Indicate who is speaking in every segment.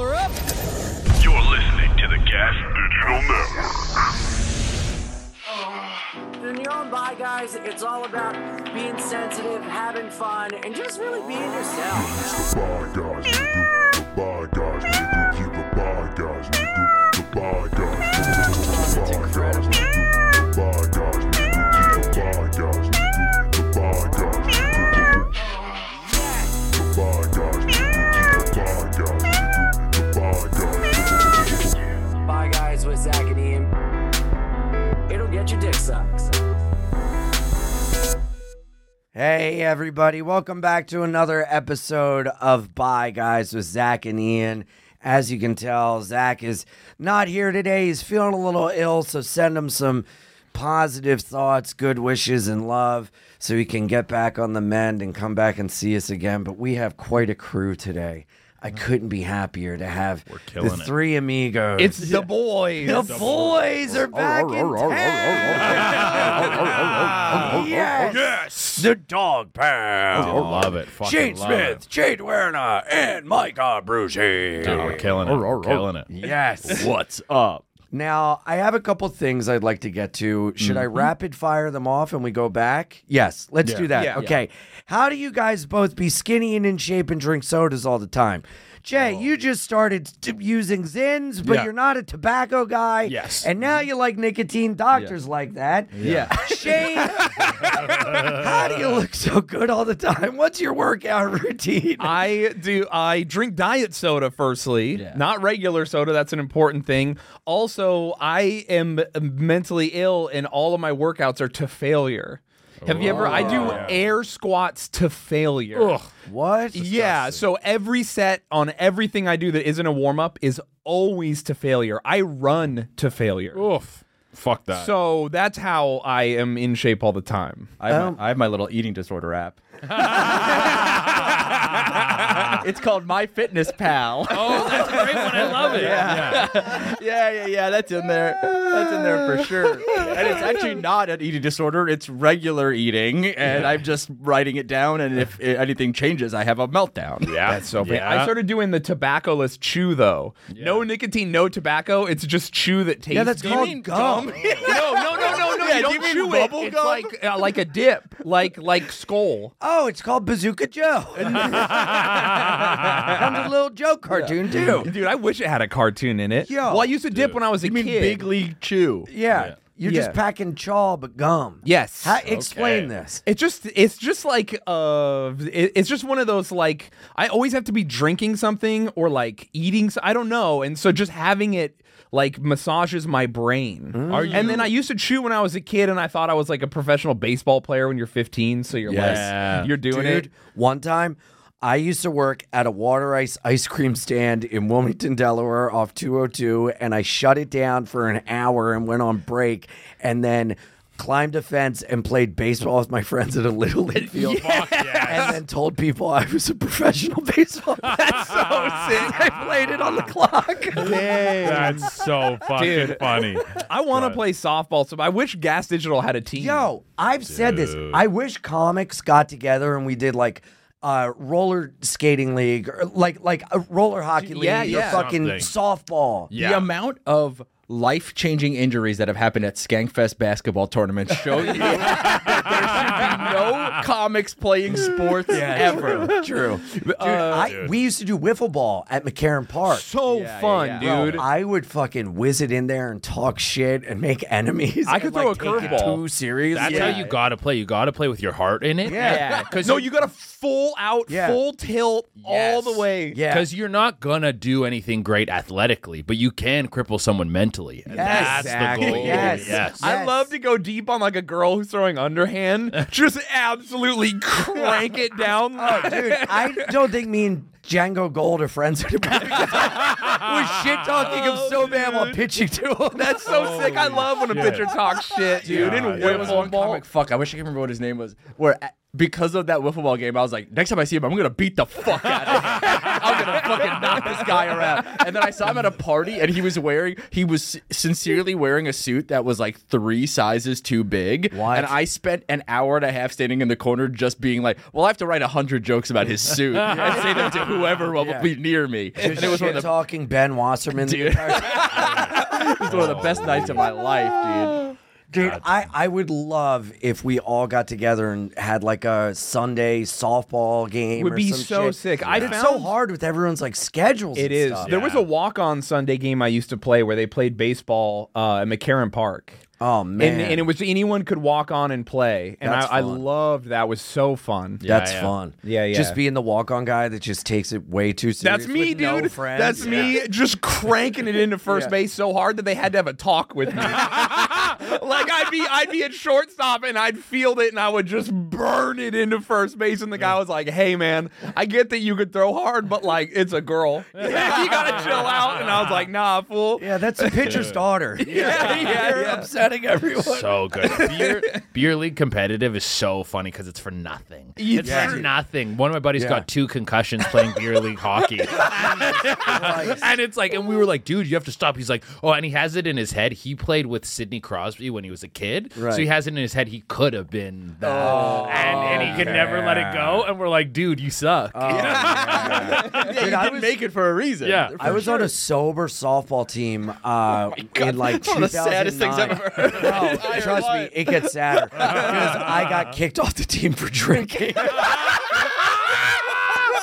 Speaker 1: her up.
Speaker 2: You're listening to the Gas Digital Network.
Speaker 3: From your own by guys, it's all about being sensitive, having fun, and just really being yourself.
Speaker 4: The bad guys, nigga. The bad guys, nigga. You the bad guys, nigga. The bad guys, nigga. The bad guys, nigga. The bad guys, nigga. You the bad guys, nigga. The bad guys, nigga. The bad guys, nigga. You the bad guys, nigga. The bad guys, nigga.
Speaker 3: By guys with Zach and Ian. It'll get your dick sucked.
Speaker 1: Hey, everybody. Welcome back to another episode of Bye Guys with Zach and Ian. As you can tell, Zach is not here today. He's feeling a little ill, so send him some positive thoughts, good wishes, and love so he can get back on the mend and come back and see us again. But we have quite a crew today. I couldn't be happier to have the
Speaker 5: killing it.
Speaker 1: three amigos.
Speaker 5: It's the boys.
Speaker 1: the boys are back in town. yes. The dog
Speaker 5: Dude,
Speaker 1: pound.
Speaker 5: love it. Fucking
Speaker 1: Shane
Speaker 5: love
Speaker 1: Smith,
Speaker 5: It.
Speaker 1: Jade Werner, and Mike Abruzzi.
Speaker 5: Dude, we're killing it. We're killing it.
Speaker 1: Yes.
Speaker 5: What's up?
Speaker 1: Now, I have a couple things I'd like to get to. Should I rapid fire them off and we go back? Yes, let's do that.
Speaker 5: Mm-hmm. Yeah.
Speaker 1: Okay. How do you guys both be skinny and in shape and drink sodas all the time? Jay, you just started t- using Zins, but
Speaker 5: Oh. Yeah.
Speaker 1: you're not a tobacco guy.
Speaker 5: Yes. Mm-hmm.
Speaker 1: And now you like nicotine. Doctors like that.
Speaker 5: Yeah.
Speaker 1: Shane, how do you look so good all the time? What's your workout routine?
Speaker 6: I do. I drink diet soda. Firstly,
Speaker 5: Yeah.
Speaker 6: not regular soda. That's an important thing. Also, I am mentally ill, and all of my workouts are to failure. Have you ever? I do
Speaker 5: Oh,
Speaker 6: air squats to failure.
Speaker 1: what?
Speaker 6: Yeah, so every set on everything I do that isn't a warm up is always to failure. I run to failure.
Speaker 5: Oof. Fuck that.
Speaker 6: So that's how I am in shape all the time.
Speaker 7: I have, my, I have my little eating disorder app. it's called My Fitness Pal.
Speaker 5: oh, that's a great one. I love it. Yeah.
Speaker 7: yeah, yeah, yeah. That's in there. That's in there for sure. And it's actually not an eating disorder. It's regular eating, and I'm just writing it down. And if i- anything changes, I have a meltdown.
Speaker 5: Yeah. That's so
Speaker 6: But I started doing the tobaccoless chew though. No nicotine, no tobacco. It's just chew that tastes.
Speaker 1: Yeah, that's
Speaker 6: good.
Speaker 1: called gum.
Speaker 6: no, no, no, no, no.
Speaker 7: Yeah, do
Speaker 6: you don't
Speaker 7: you mean
Speaker 6: chew
Speaker 7: bubble
Speaker 6: it. It's
Speaker 7: gum?
Speaker 6: like uh, like a dip, like like skull.
Speaker 1: Oh, it's called Bazooka Joe. Comes with a little Joe cartoon too.
Speaker 6: Dude, I wish it had a cartoon in it.
Speaker 1: Yo.
Speaker 6: well, I used to dip when I was a
Speaker 7: You mean
Speaker 6: kid.
Speaker 7: Big League Chew?
Speaker 1: Yeah,
Speaker 5: Yeah.
Speaker 1: you're
Speaker 6: Yeah.
Speaker 1: just packing chaw but gum.
Speaker 6: Yes.
Speaker 1: How, explain this.
Speaker 6: It just it's just like uh it- it's just one of those like I always have to be drinking something or like eating so- I don't know and so just having it like massages my brain.
Speaker 5: Are you-
Speaker 6: And then I used to chew when I was a kid and I thought I was like a professional baseball player when you're 15 so you're
Speaker 5: Yeah.
Speaker 6: less you're doing
Speaker 1: Dude,
Speaker 6: it.
Speaker 1: one time I used to work at a water ice ice cream stand in Wilmington, Delaware off 202, and I shut it down for an hour and went on break and then climbed a fence and played baseball with my friends at a little league field. And then told people I was a professional baseball. player. That's so sick. I played it on the clock.
Speaker 5: That's so fucking
Speaker 6: Dude.
Speaker 5: funny.
Speaker 6: I want to play softball so I wish Gas Digital had a team.
Speaker 1: Yo, I've said this. I wish comics got together and we did like uh, roller skating league, or like like a roller hockey league,
Speaker 6: Yeah,
Speaker 1: or
Speaker 6: yeah.
Speaker 1: fucking
Speaker 5: Something.
Speaker 1: softball.
Speaker 7: The amount of life-changing injuries that have happened at Skankfest basketball tournaments show you that there should be no comics playing sports ever. True.
Speaker 1: Dude, I, we used to do wiffle ball at McCarran Park.
Speaker 6: So
Speaker 7: Yeah,
Speaker 6: fun,
Speaker 7: yeah, yeah.
Speaker 1: Bro,
Speaker 6: dude.
Speaker 1: I would fucking whiz it in there and talk shit and make enemies.
Speaker 6: I could
Speaker 1: and, like,
Speaker 6: throw a
Speaker 1: take it
Speaker 6: curveball.
Speaker 1: Too serious.
Speaker 5: That's how you got to play. You got to play with your heart in it.
Speaker 7: Yeah. Because
Speaker 6: no, you got to full out,
Speaker 1: Yeah.
Speaker 6: full tilt
Speaker 5: Yes.
Speaker 6: all the way.
Speaker 1: Yeah.
Speaker 5: Because you're not gonna do anything great athletically, but you can cripple someone mentally. And that's
Speaker 1: Exactly.
Speaker 5: the goal.
Speaker 1: Yes.
Speaker 5: yes.
Speaker 6: I
Speaker 1: Yes.
Speaker 6: love to go deep on like a girl who's throwing underhand. Just absolutely crank it down.
Speaker 1: Oh, Dude, I don't think me and Django Gold are friends anymore. was shit talking him
Speaker 5: Oh,
Speaker 1: so bad while pitching to him.
Speaker 6: Oh, That's so
Speaker 7: Oh,
Speaker 6: sick. I love when a
Speaker 5: shit.
Speaker 6: pitcher talks shit, dude.
Speaker 5: Yeah,
Speaker 6: and
Speaker 5: yeah.
Speaker 7: There was
Speaker 6: wiffle
Speaker 7: one
Speaker 6: ball.
Speaker 7: comic, fuck, I wish I could remember what his name was. Where a- because of that wiffle ball game, I was like, next time I see him, I'm gonna beat the fuck out of him. I'm gonna fucking knock this guy around. And then I saw him at a party, and he was wearing, he was sincerely wearing a suit that was like three sizes too big.
Speaker 1: What?
Speaker 7: And I spent an hour and a half standing in the corner, just being like, well, I have to write a hundred jokes about his suit and say them to whoever will be near me. And it was one
Speaker 1: shit
Speaker 7: of the
Speaker 1: talking Ben Wasserman. the
Speaker 7: Dude.
Speaker 1: entire time.
Speaker 7: it was one of the best nights of my life, dude.
Speaker 1: Dude, I, I would love if we all got together and had like a Sunday softball game.
Speaker 6: Would
Speaker 1: or
Speaker 6: be
Speaker 1: some
Speaker 6: so
Speaker 1: shit.
Speaker 6: sick. I
Speaker 1: But it's
Speaker 6: found-
Speaker 1: so hard with everyone's like schedules.
Speaker 6: It
Speaker 1: and
Speaker 6: is.
Speaker 1: stuff.
Speaker 6: There was a walk on Sunday game I used to play where they played baseball uh, at McCarran Park.
Speaker 1: Oh man,
Speaker 6: And, and it was anyone could walk on and play. And I,
Speaker 1: That's
Speaker 6: I
Speaker 1: fun.
Speaker 6: loved that. It was so fun.
Speaker 1: that's
Speaker 5: yeah.
Speaker 1: fun.
Speaker 6: Yeah, yeah.
Speaker 1: Just being the walk on guy that just takes it way too serious.
Speaker 6: That's me,
Speaker 1: with
Speaker 6: dude.
Speaker 1: No friends.
Speaker 6: That's me just cranking it into first
Speaker 1: Yeah.
Speaker 6: base so hard that they had to have a talk with me. like I'd be I'd be at shortstop and I'd field it and I would just burn it into first base and the guy was like, "Hey man, I get that you could throw hard, but like it's a girl. you got to chill out." And I was like, "Nah, fool."
Speaker 1: Yeah, that's a pitcher's daughter.
Speaker 6: Yeah, yeah,
Speaker 1: You're
Speaker 6: yeah.
Speaker 1: upsetting everyone.
Speaker 5: So good. Beer, beer league competitive is so funny because it's for nothing. It's for nothing. One of my buddies
Speaker 1: Yeah.
Speaker 5: got two concussions playing beer league hockey, and it's like, and we were like, dude, you have to stop. He's like, oh, and he has it in his head. He played with Sidney Crosby when he was a kid,
Speaker 1: Right. Oh,
Speaker 5: so he has it in his head. He could have been that, and and he could never let it go. And we're like, dude, you suck.
Speaker 1: Oh,
Speaker 7: Yeah, you
Speaker 1: I
Speaker 7: didn't
Speaker 1: was-
Speaker 7: make it for a reason.
Speaker 5: Yeah.
Speaker 7: For Oh
Speaker 1: I was on a sober softball team uh, in like
Speaker 7: That's one of the saddest things I've
Speaker 1: 2009.
Speaker 7: ever heard.
Speaker 1: No, trust me, it gets sadder because I got kicked off the team for drinking.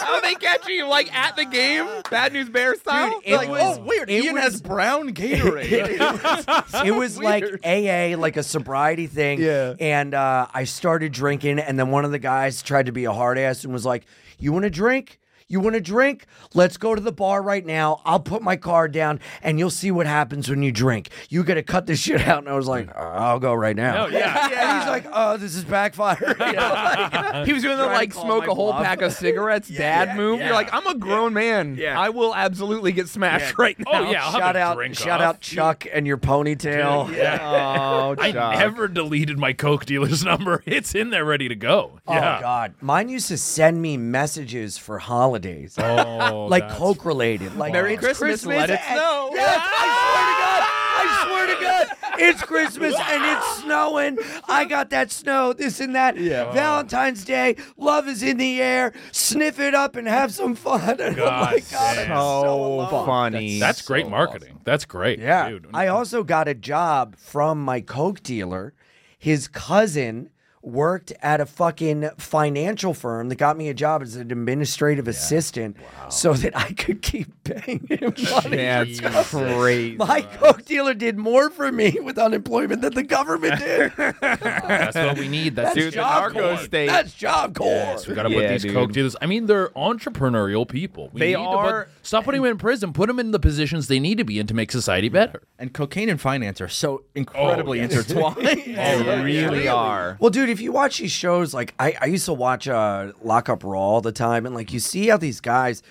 Speaker 6: How they catch you like at the game? Bad news bear style.
Speaker 1: Dude, it
Speaker 6: Like,
Speaker 1: was-
Speaker 6: oh,
Speaker 7: weird.
Speaker 1: It
Speaker 7: Ian
Speaker 1: was-
Speaker 7: has brown Gatorade.
Speaker 1: it was like AA, like a sobriety thing.
Speaker 6: Yeah.
Speaker 1: And uh, I started drinking, and then one of the guys tried to be a hard ass and was like, "You want to drink?" You want to drink? Let's go to the bar right now. I'll put my card down and you'll see what happens when you drink. You got to cut this shit out. And I was like, "Uh, I'll go right now.
Speaker 5: No, Oh, yeah.
Speaker 1: And he's like, oh, this is backfire. You know, like-
Speaker 6: He was doing the
Speaker 1: Uh, Trying to
Speaker 6: like
Speaker 1: call
Speaker 6: smoke
Speaker 1: my
Speaker 6: a whole
Speaker 1: bluff.
Speaker 6: pack of cigarettes dad move. You're like, I'm a grown man.
Speaker 7: Yeah.
Speaker 6: I will absolutely get smashed right now.
Speaker 5: Oh yeah. I'll have
Speaker 1: shout
Speaker 5: a
Speaker 1: out,
Speaker 5: drink
Speaker 1: shout
Speaker 5: off.
Speaker 1: out, Chuck and your ponytail.
Speaker 6: Oh,
Speaker 5: I
Speaker 6: Chuck.
Speaker 5: never deleted my Coke dealer's number. It's in there ready to go.
Speaker 1: Oh God, mine used to send me messages for holidays,
Speaker 5: Oh,
Speaker 1: like
Speaker 5: that's
Speaker 1: Coke related, like
Speaker 7: Merry
Speaker 1: it's
Speaker 7: Christmas, let it
Speaker 1: and-
Speaker 7: snow.
Speaker 1: Yes, I swear to God, I swear to God, it's Christmas and it's snowing. I got that snow, this and that. Yeah. Valentine's Day, love is in the air. Sniff it up and have some fun. And oh my
Speaker 5: God
Speaker 1: God,
Speaker 5: damn.
Speaker 1: I'm
Speaker 6: so funny.
Speaker 5: That's great marketing. That's great.
Speaker 1: Yeah.
Speaker 5: Dude.
Speaker 1: I also got a job from my Coke dealer. His cousin worked at a fucking financial firm that got me a job as an administrative assistant so that I could keep paying him money.
Speaker 6: That's crazy.
Speaker 1: My Coke dealer did more for me with unemployment than the government did.
Speaker 5: that's what we need. That's,
Speaker 6: Dude, the
Speaker 1: Job
Speaker 6: narco
Speaker 1: Corps.
Speaker 6: state.
Speaker 1: That's Job Corps.
Speaker 5: Yes, we gotta put
Speaker 6: Yeah,
Speaker 5: these
Speaker 6: dude.
Speaker 5: coke dealers. I mean, they're entrepreneurial people. We
Speaker 6: They
Speaker 5: need
Speaker 6: are-
Speaker 5: To put, stop putting them in prison. Put them in the positions they need to be in to make society better.
Speaker 7: and cocaine and finance are so incredibly
Speaker 5: yes.
Speaker 7: intertwined.
Speaker 6: They really are.
Speaker 1: Well, dude, if you watch these shows, like I, I used to watch uh, Lock Up Raw all the time, and like you see how these guys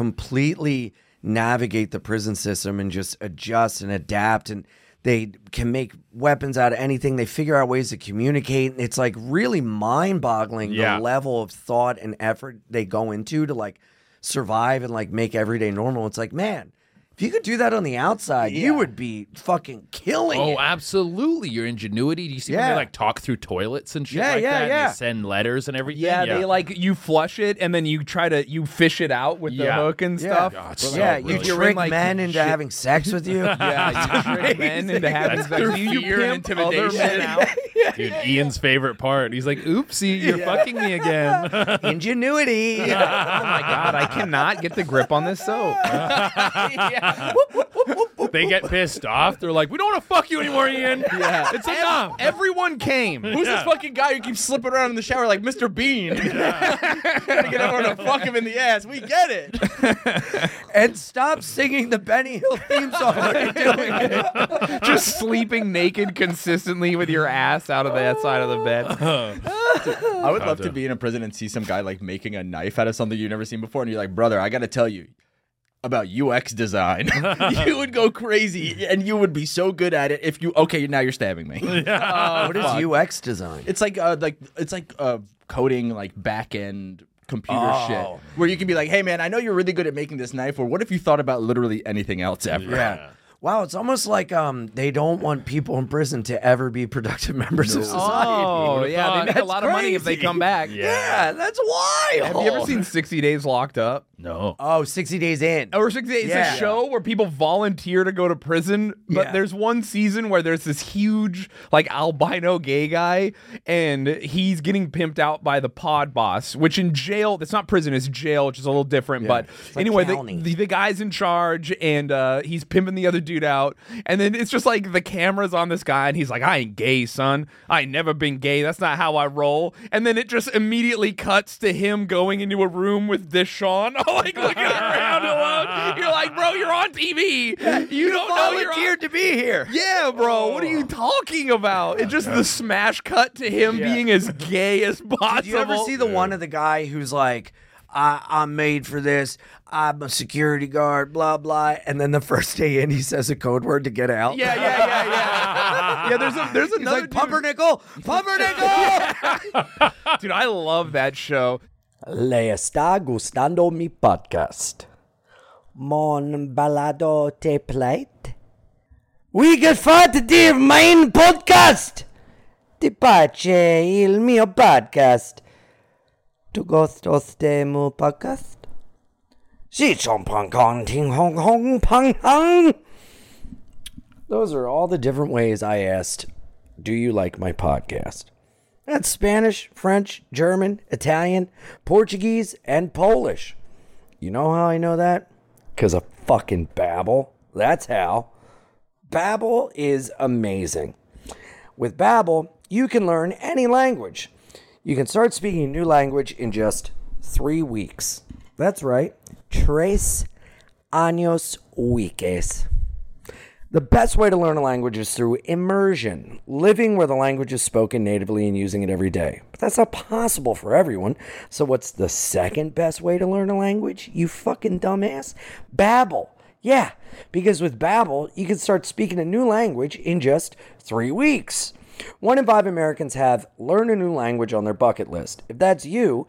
Speaker 1: completely navigate the prison system and just adjust and adapt, and they can make weapons out of anything. They figure out ways to communicate. It's like really mind boggling
Speaker 5: Yeah.
Speaker 1: the level of thought and effort they go into to like survive and like make everyday normal. It's like, man. If you could do that on the outside, you would be fucking killing it.
Speaker 5: Oh, absolutely. Your ingenuity. Do you see when
Speaker 1: Yeah.
Speaker 5: they like talk through toilets and shit
Speaker 1: Yeah,
Speaker 5: like
Speaker 1: yeah,
Speaker 5: that? and they
Speaker 1: yeah.
Speaker 5: send letters and everything.
Speaker 6: Yeah, they like you flush it and then you try to you fish it out with the
Speaker 5: Yeah.
Speaker 6: hook and
Speaker 1: Yeah.
Speaker 6: stuff.
Speaker 5: God, so
Speaker 1: yeah,
Speaker 5: brilliant.
Speaker 1: you
Speaker 6: You're
Speaker 1: trick
Speaker 6: in, like,
Speaker 1: men into
Speaker 6: shit.
Speaker 1: having sex with you.
Speaker 6: Yeah, you trick men into having sex.
Speaker 7: through
Speaker 6: You, you
Speaker 7: fear and
Speaker 6: pimp other men
Speaker 7: intimidation.
Speaker 6: out.
Speaker 5: Dude, Ian's favorite part. He's like, "Oopsie, you're fucking me again."
Speaker 1: Ingenuity.
Speaker 6: Oh my god, I cannot get the grip on this soap.
Speaker 5: they get pissed off. They're like, "We don't want to fuck you anymore, Ian.
Speaker 7: Yeah.
Speaker 5: It's enough."
Speaker 6: Everyone came.
Speaker 7: Who's this fucking guy who keeps slipping around in the shower like Mr. Bean? Trying to get everyone to fuck him in the ass. We get it.
Speaker 1: and stop singing the Benny Hill theme song. when
Speaker 6: Oh,
Speaker 1: you're doing it.
Speaker 6: Just sleeping naked consistently with your ass out of that side of the bed.
Speaker 7: I would love to be in a prison and see some guy like making a knife out of something you've never seen before, and you're like, brother, I gotta tell you. about UX design. you would go crazy, and you would be so good at it if you. Okay, now you're stabbing me.
Speaker 1: what is UX design?
Speaker 7: It's like uh, like it's like uh, coding like back end computer
Speaker 1: Oh.
Speaker 7: shit where you can be like, hey man, I know you're really good at making this knife, or what if you thought about literally anything else ever?
Speaker 1: yeah. Wow, it's almost like um, they don't want people in prison to ever be productive members of society.
Speaker 6: Oh,
Speaker 5: Would've
Speaker 6: yeah. They
Speaker 5: thought.
Speaker 6: make a lot of money if they
Speaker 1: crazy.
Speaker 6: come back.
Speaker 1: Yeah, that's wild.
Speaker 6: Have you ever seen 60 Days Locked Up?
Speaker 5: No.
Speaker 1: Oh, 60 Days In.
Speaker 6: Or 60 Days,
Speaker 1: Yeah.
Speaker 6: it's a show where people volunteer to go to prison, but
Speaker 1: Yeah.
Speaker 6: there's one season where there's this huge, like, albino gay guy, and he's getting pimped out by the pod boss, which in jail, that's not prison, it's jail, which is a little different, but
Speaker 1: like
Speaker 6: anyway,
Speaker 1: county.
Speaker 6: the, the, the guy's in charge, and uh, he's pimping the other dude out, and then it's just like the camera's on this guy, and he's like, I ain't gay, son. I ain't never been gay. That's not how I roll. And then it just immediately cuts to him going into a room with this Sean, like looking around alone. You're like, bro, you're on TV. you, don't know you're on.
Speaker 1: to be here.
Speaker 6: Yeah, bro. What are you talking about? It's just the smash cut to him being as gay as possible.
Speaker 1: Do you ever see the one of the guy who's like, I, I'm made for this. I'm a security guard, blah, blah. And then the first day in, he says a code word to get out.
Speaker 6: Yeah, yeah, yeah, yeah. yeah, there's a there's
Speaker 1: He's
Speaker 6: another
Speaker 1: like,
Speaker 6: dude-
Speaker 1: Pumpernickel, Pumpernickel.
Speaker 6: dude. I love that show.
Speaker 8: Le está gustando mi podcast. Mon balado te plate. We get fat dir main podcast. Ti pace il mio podcast. Tu gostos de mu podcast? Si chong pong kong ting hong hong pong hong.
Speaker 1: Those are all the different ways I asked, Do you like my podcast? That's Spanish, French, German, Italian, Portuguese, and Polish. You know how I know that? Because of fucking Babbel. That's how. Babbel is amazing. With Babbel, you can learn any language. You can start speaking a new language in just three weeks. That's right,
Speaker 8: Tres años weekes.
Speaker 1: The best way to learn a language is through immersion, living where the language is spoken natively and using it every day. But that's not possible for everyone. So what's the second best way to learn a language? You fucking dumbass. Babbel. Yeah, because with Babbel, you can start speaking a new language in just 3 weeks. One in 5 Americans have learn a new language on their bucket list. If that's you,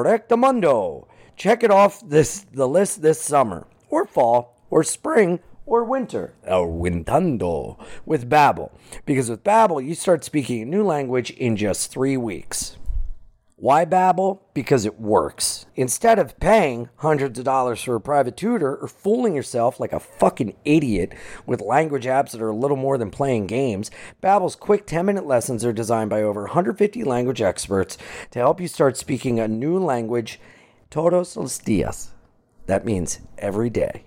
Speaker 1: correctamundo. Check it off this the list this summer or fall or spring or winter, el wintando, with Babbel. Because with Babbel, you start speaking a new language in just three weeks. Why Babbel? Because it works. Instead of paying hundreds of dollars for a private tutor or fooling yourself like a fucking idiot with language apps that are little more than playing games, Babbel's quick 10-minute lessons are designed by over 150 language experts to help you start speaking a new language todos los días. That means every day.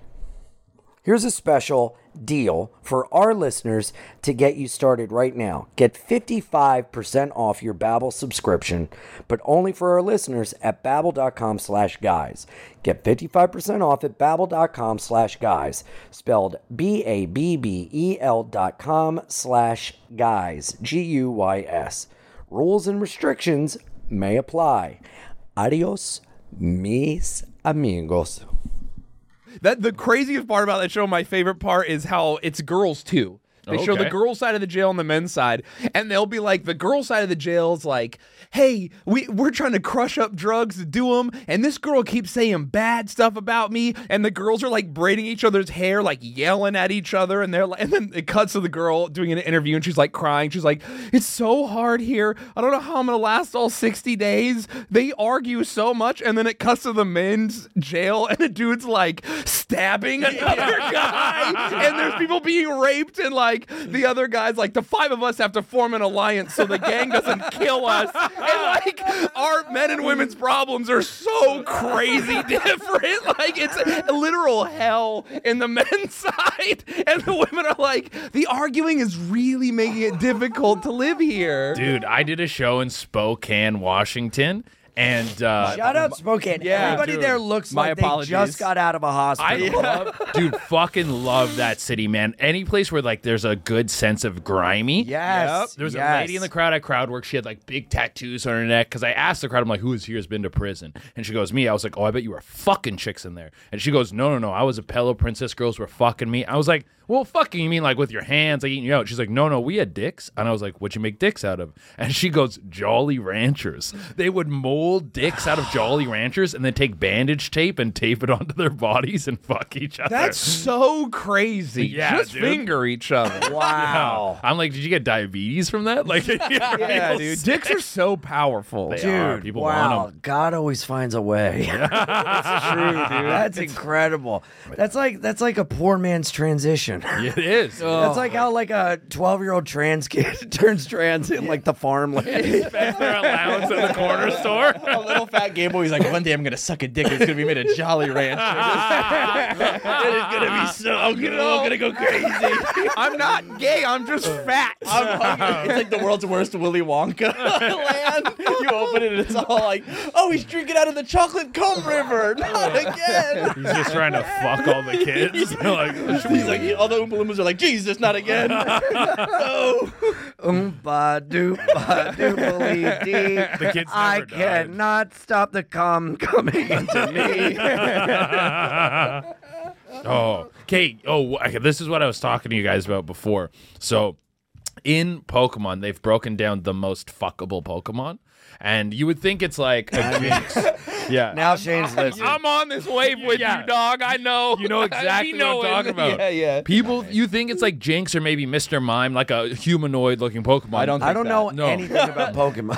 Speaker 1: Here's a special deal for our listeners to get you started right now. Get 55% off your Babbel subscription, but only for our listeners at babbel.com slash guys. Get 55% off at babbel.com slash guys, spelled B-A-B-B-E-L E dot com slash guys, G-U-Y-S. Rules and restrictions may apply. Adios, mis amigos.
Speaker 6: That the craziest part about that show, my favorite part is how it's girls too. They show the
Speaker 5: Okay.
Speaker 6: girl side of the jail and the men's side, and they'll be like, the girl side of the jail's like, "Hey, we we're trying to crush up drugs to do them," and this girl keeps saying bad stuff about me, and the girls are like braiding each other's hair, like yelling at each other, and they're like, and then it cuts to the girl doing an interview, and she's like crying, she's like, "It's so hard here. I don't know how I'm gonna last all 60 days." They argue so much, and then it cuts to the men's jail, and the dude's like stabbing another guy, and there's people being raped, and like the other guy's like, the five of us have to form an alliance so the gang doesn't kill us. And like, our men and women's problems are so crazy different. Like, it's literal hell in the men's side, and the women are like, the arguing is really making it difficult to live here.
Speaker 5: Dude, I did a show in Spokane, Washington, And uh,
Speaker 1: Shout out Spokane.
Speaker 6: Yeah,
Speaker 1: Everybody
Speaker 6: dude.
Speaker 1: there looks
Speaker 9: My
Speaker 1: like
Speaker 9: apologies.
Speaker 1: they just got out of a
Speaker 5: I
Speaker 1: hospital.
Speaker 5: love, dude, fucking love that city, man. Any place where like there's a good sense of grimy.
Speaker 1: Yes,
Speaker 5: There was
Speaker 1: yes.
Speaker 5: a lady in the crowd at crowd work. She had like big tattoos on her neck. Cause I asked the crowd, I'm like, who is here has been to prison? And she goes, me. I was like, oh, I bet you were fucking chicks in there. And she goes, no, no, no. I was a pillow princess. Girls were fucking me. I was like, well, fucking, you mean like with your hands, like eating you out? She's like, no, no, we had dicks. And I was like, what'd you make dicks out of? And she goes, Jolly Ranchers. They would mold dicks out of Jolly Ranchers and then take bandage tape and tape it onto their bodies and fuck each other.
Speaker 6: That's so crazy.
Speaker 5: Yeah,
Speaker 6: Just
Speaker 5: dude.
Speaker 6: finger each other.
Speaker 1: Wow.
Speaker 5: I'm like, did you get diabetes from that? Like,
Speaker 6: yeah, dude. Dicks are so powerful.
Speaker 5: They
Speaker 1: Dude,
Speaker 5: are. People
Speaker 1: wow.
Speaker 5: want 'em.
Speaker 1: God always finds a way. that's true, dude. That's incredible. That's like that's like a poor man's transition.
Speaker 5: It is.
Speaker 6: Oh.
Speaker 1: That's like how like a twelve year old trans kid turns trans in like the farmland.
Speaker 5: their allowance at the corner store.
Speaker 9: A little fat gay boy's like, one day I'm gonna suck a dick. It's gonna be made of Jolly Ranchers.
Speaker 5: it's gonna be so. I'm gonna, I'm gonna go crazy.
Speaker 6: I'm not gay. I'm just fat.
Speaker 9: I'm hungry. It's like the world's worst Willy Wonka land. You open it and it's all like, oh, he's drinking out of the chocolate cum river. Not again.
Speaker 5: He's just trying to fuck all the kids. like, should we
Speaker 9: He's like, all the Oompa Loompas are like, Jesus, not again.
Speaker 1: Oompa doompa doopily dee.
Speaker 5: The kids
Speaker 1: I
Speaker 5: never died.
Speaker 1: cannot stop the cum coming into me.
Speaker 5: Oh, okay. Oh, okay. this is what I was talking to you guys about before. So, in Pokemon, they've broken down the most fuckable Pokemon, and you would think it's like a mix. yeah.
Speaker 1: now Shane's listening.
Speaker 6: I'm on this wave with
Speaker 5: Yeah.
Speaker 6: you, dog. I know.
Speaker 5: You know exactly what I'm talking about.
Speaker 6: Yeah, yeah.
Speaker 5: People, you think it's like Jinx or maybe Mr. Mime, like a humanoid looking Pokemon.
Speaker 9: I don't
Speaker 1: I don't know
Speaker 5: No.
Speaker 1: anything about Pokemon.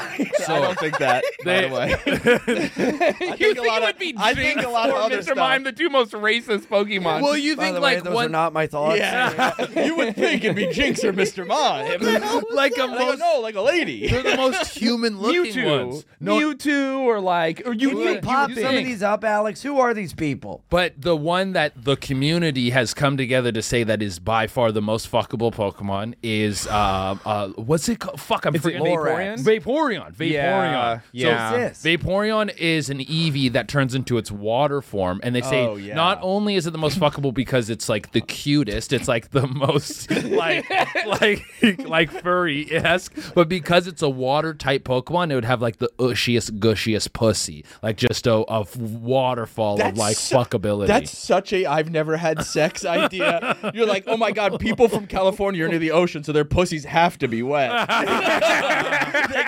Speaker 9: I don't think that.
Speaker 5: They-
Speaker 9: by the way, I
Speaker 6: You
Speaker 9: think, a lot
Speaker 6: it
Speaker 9: of,
Speaker 6: would be
Speaker 9: I think
Speaker 6: Jinx
Speaker 9: a lot of
Speaker 6: or
Speaker 9: other
Speaker 6: Mr.
Speaker 9: stuff.
Speaker 6: Mime, the two most racist Pokemon.
Speaker 5: Well, you
Speaker 1: By
Speaker 5: think
Speaker 1: the way,
Speaker 5: like
Speaker 1: those
Speaker 5: one
Speaker 1: are not my thoughts.
Speaker 9: yeah, you would think it'd be Jinx or Mr. Mime.
Speaker 5: like a
Speaker 9: Like,
Speaker 5: most
Speaker 9: no, like a lady.
Speaker 5: They're the most human looking
Speaker 6: Mewtwo,
Speaker 5: ones.
Speaker 6: Mewtwo, or like, or you,
Speaker 1: Can
Speaker 6: you
Speaker 1: you pop
Speaker 5: would
Speaker 1: some of
Speaker 5: think.
Speaker 1: these up, Alex? Who are these people?
Speaker 5: but the one that the community has come together to say that is by far the most fuckable Pokemon is uh, uh what's it called? Fuck, I'm
Speaker 6: Is it
Speaker 5: forgetting.
Speaker 6: Lorax?
Speaker 5: Vaporeon. Vaporeon.
Speaker 6: Yeah,
Speaker 5: So
Speaker 6: yeah.
Speaker 1: What's this?
Speaker 5: Vaporeon is an Eevee that turns into its water form, and they say
Speaker 9: Oh, yeah.
Speaker 5: not only is it the most fuckable because it's like the cutest, it's like the most like like like furry esque, but because it's a water type Pokemon, it would have like the ushiest, gushiest pussy, like just a, a waterfall of like
Speaker 9: su-
Speaker 5: fuckability.
Speaker 9: That's such a I've never had sex idea. You're like, oh my god, people from California are near the ocean, so their pussies have to be wet. they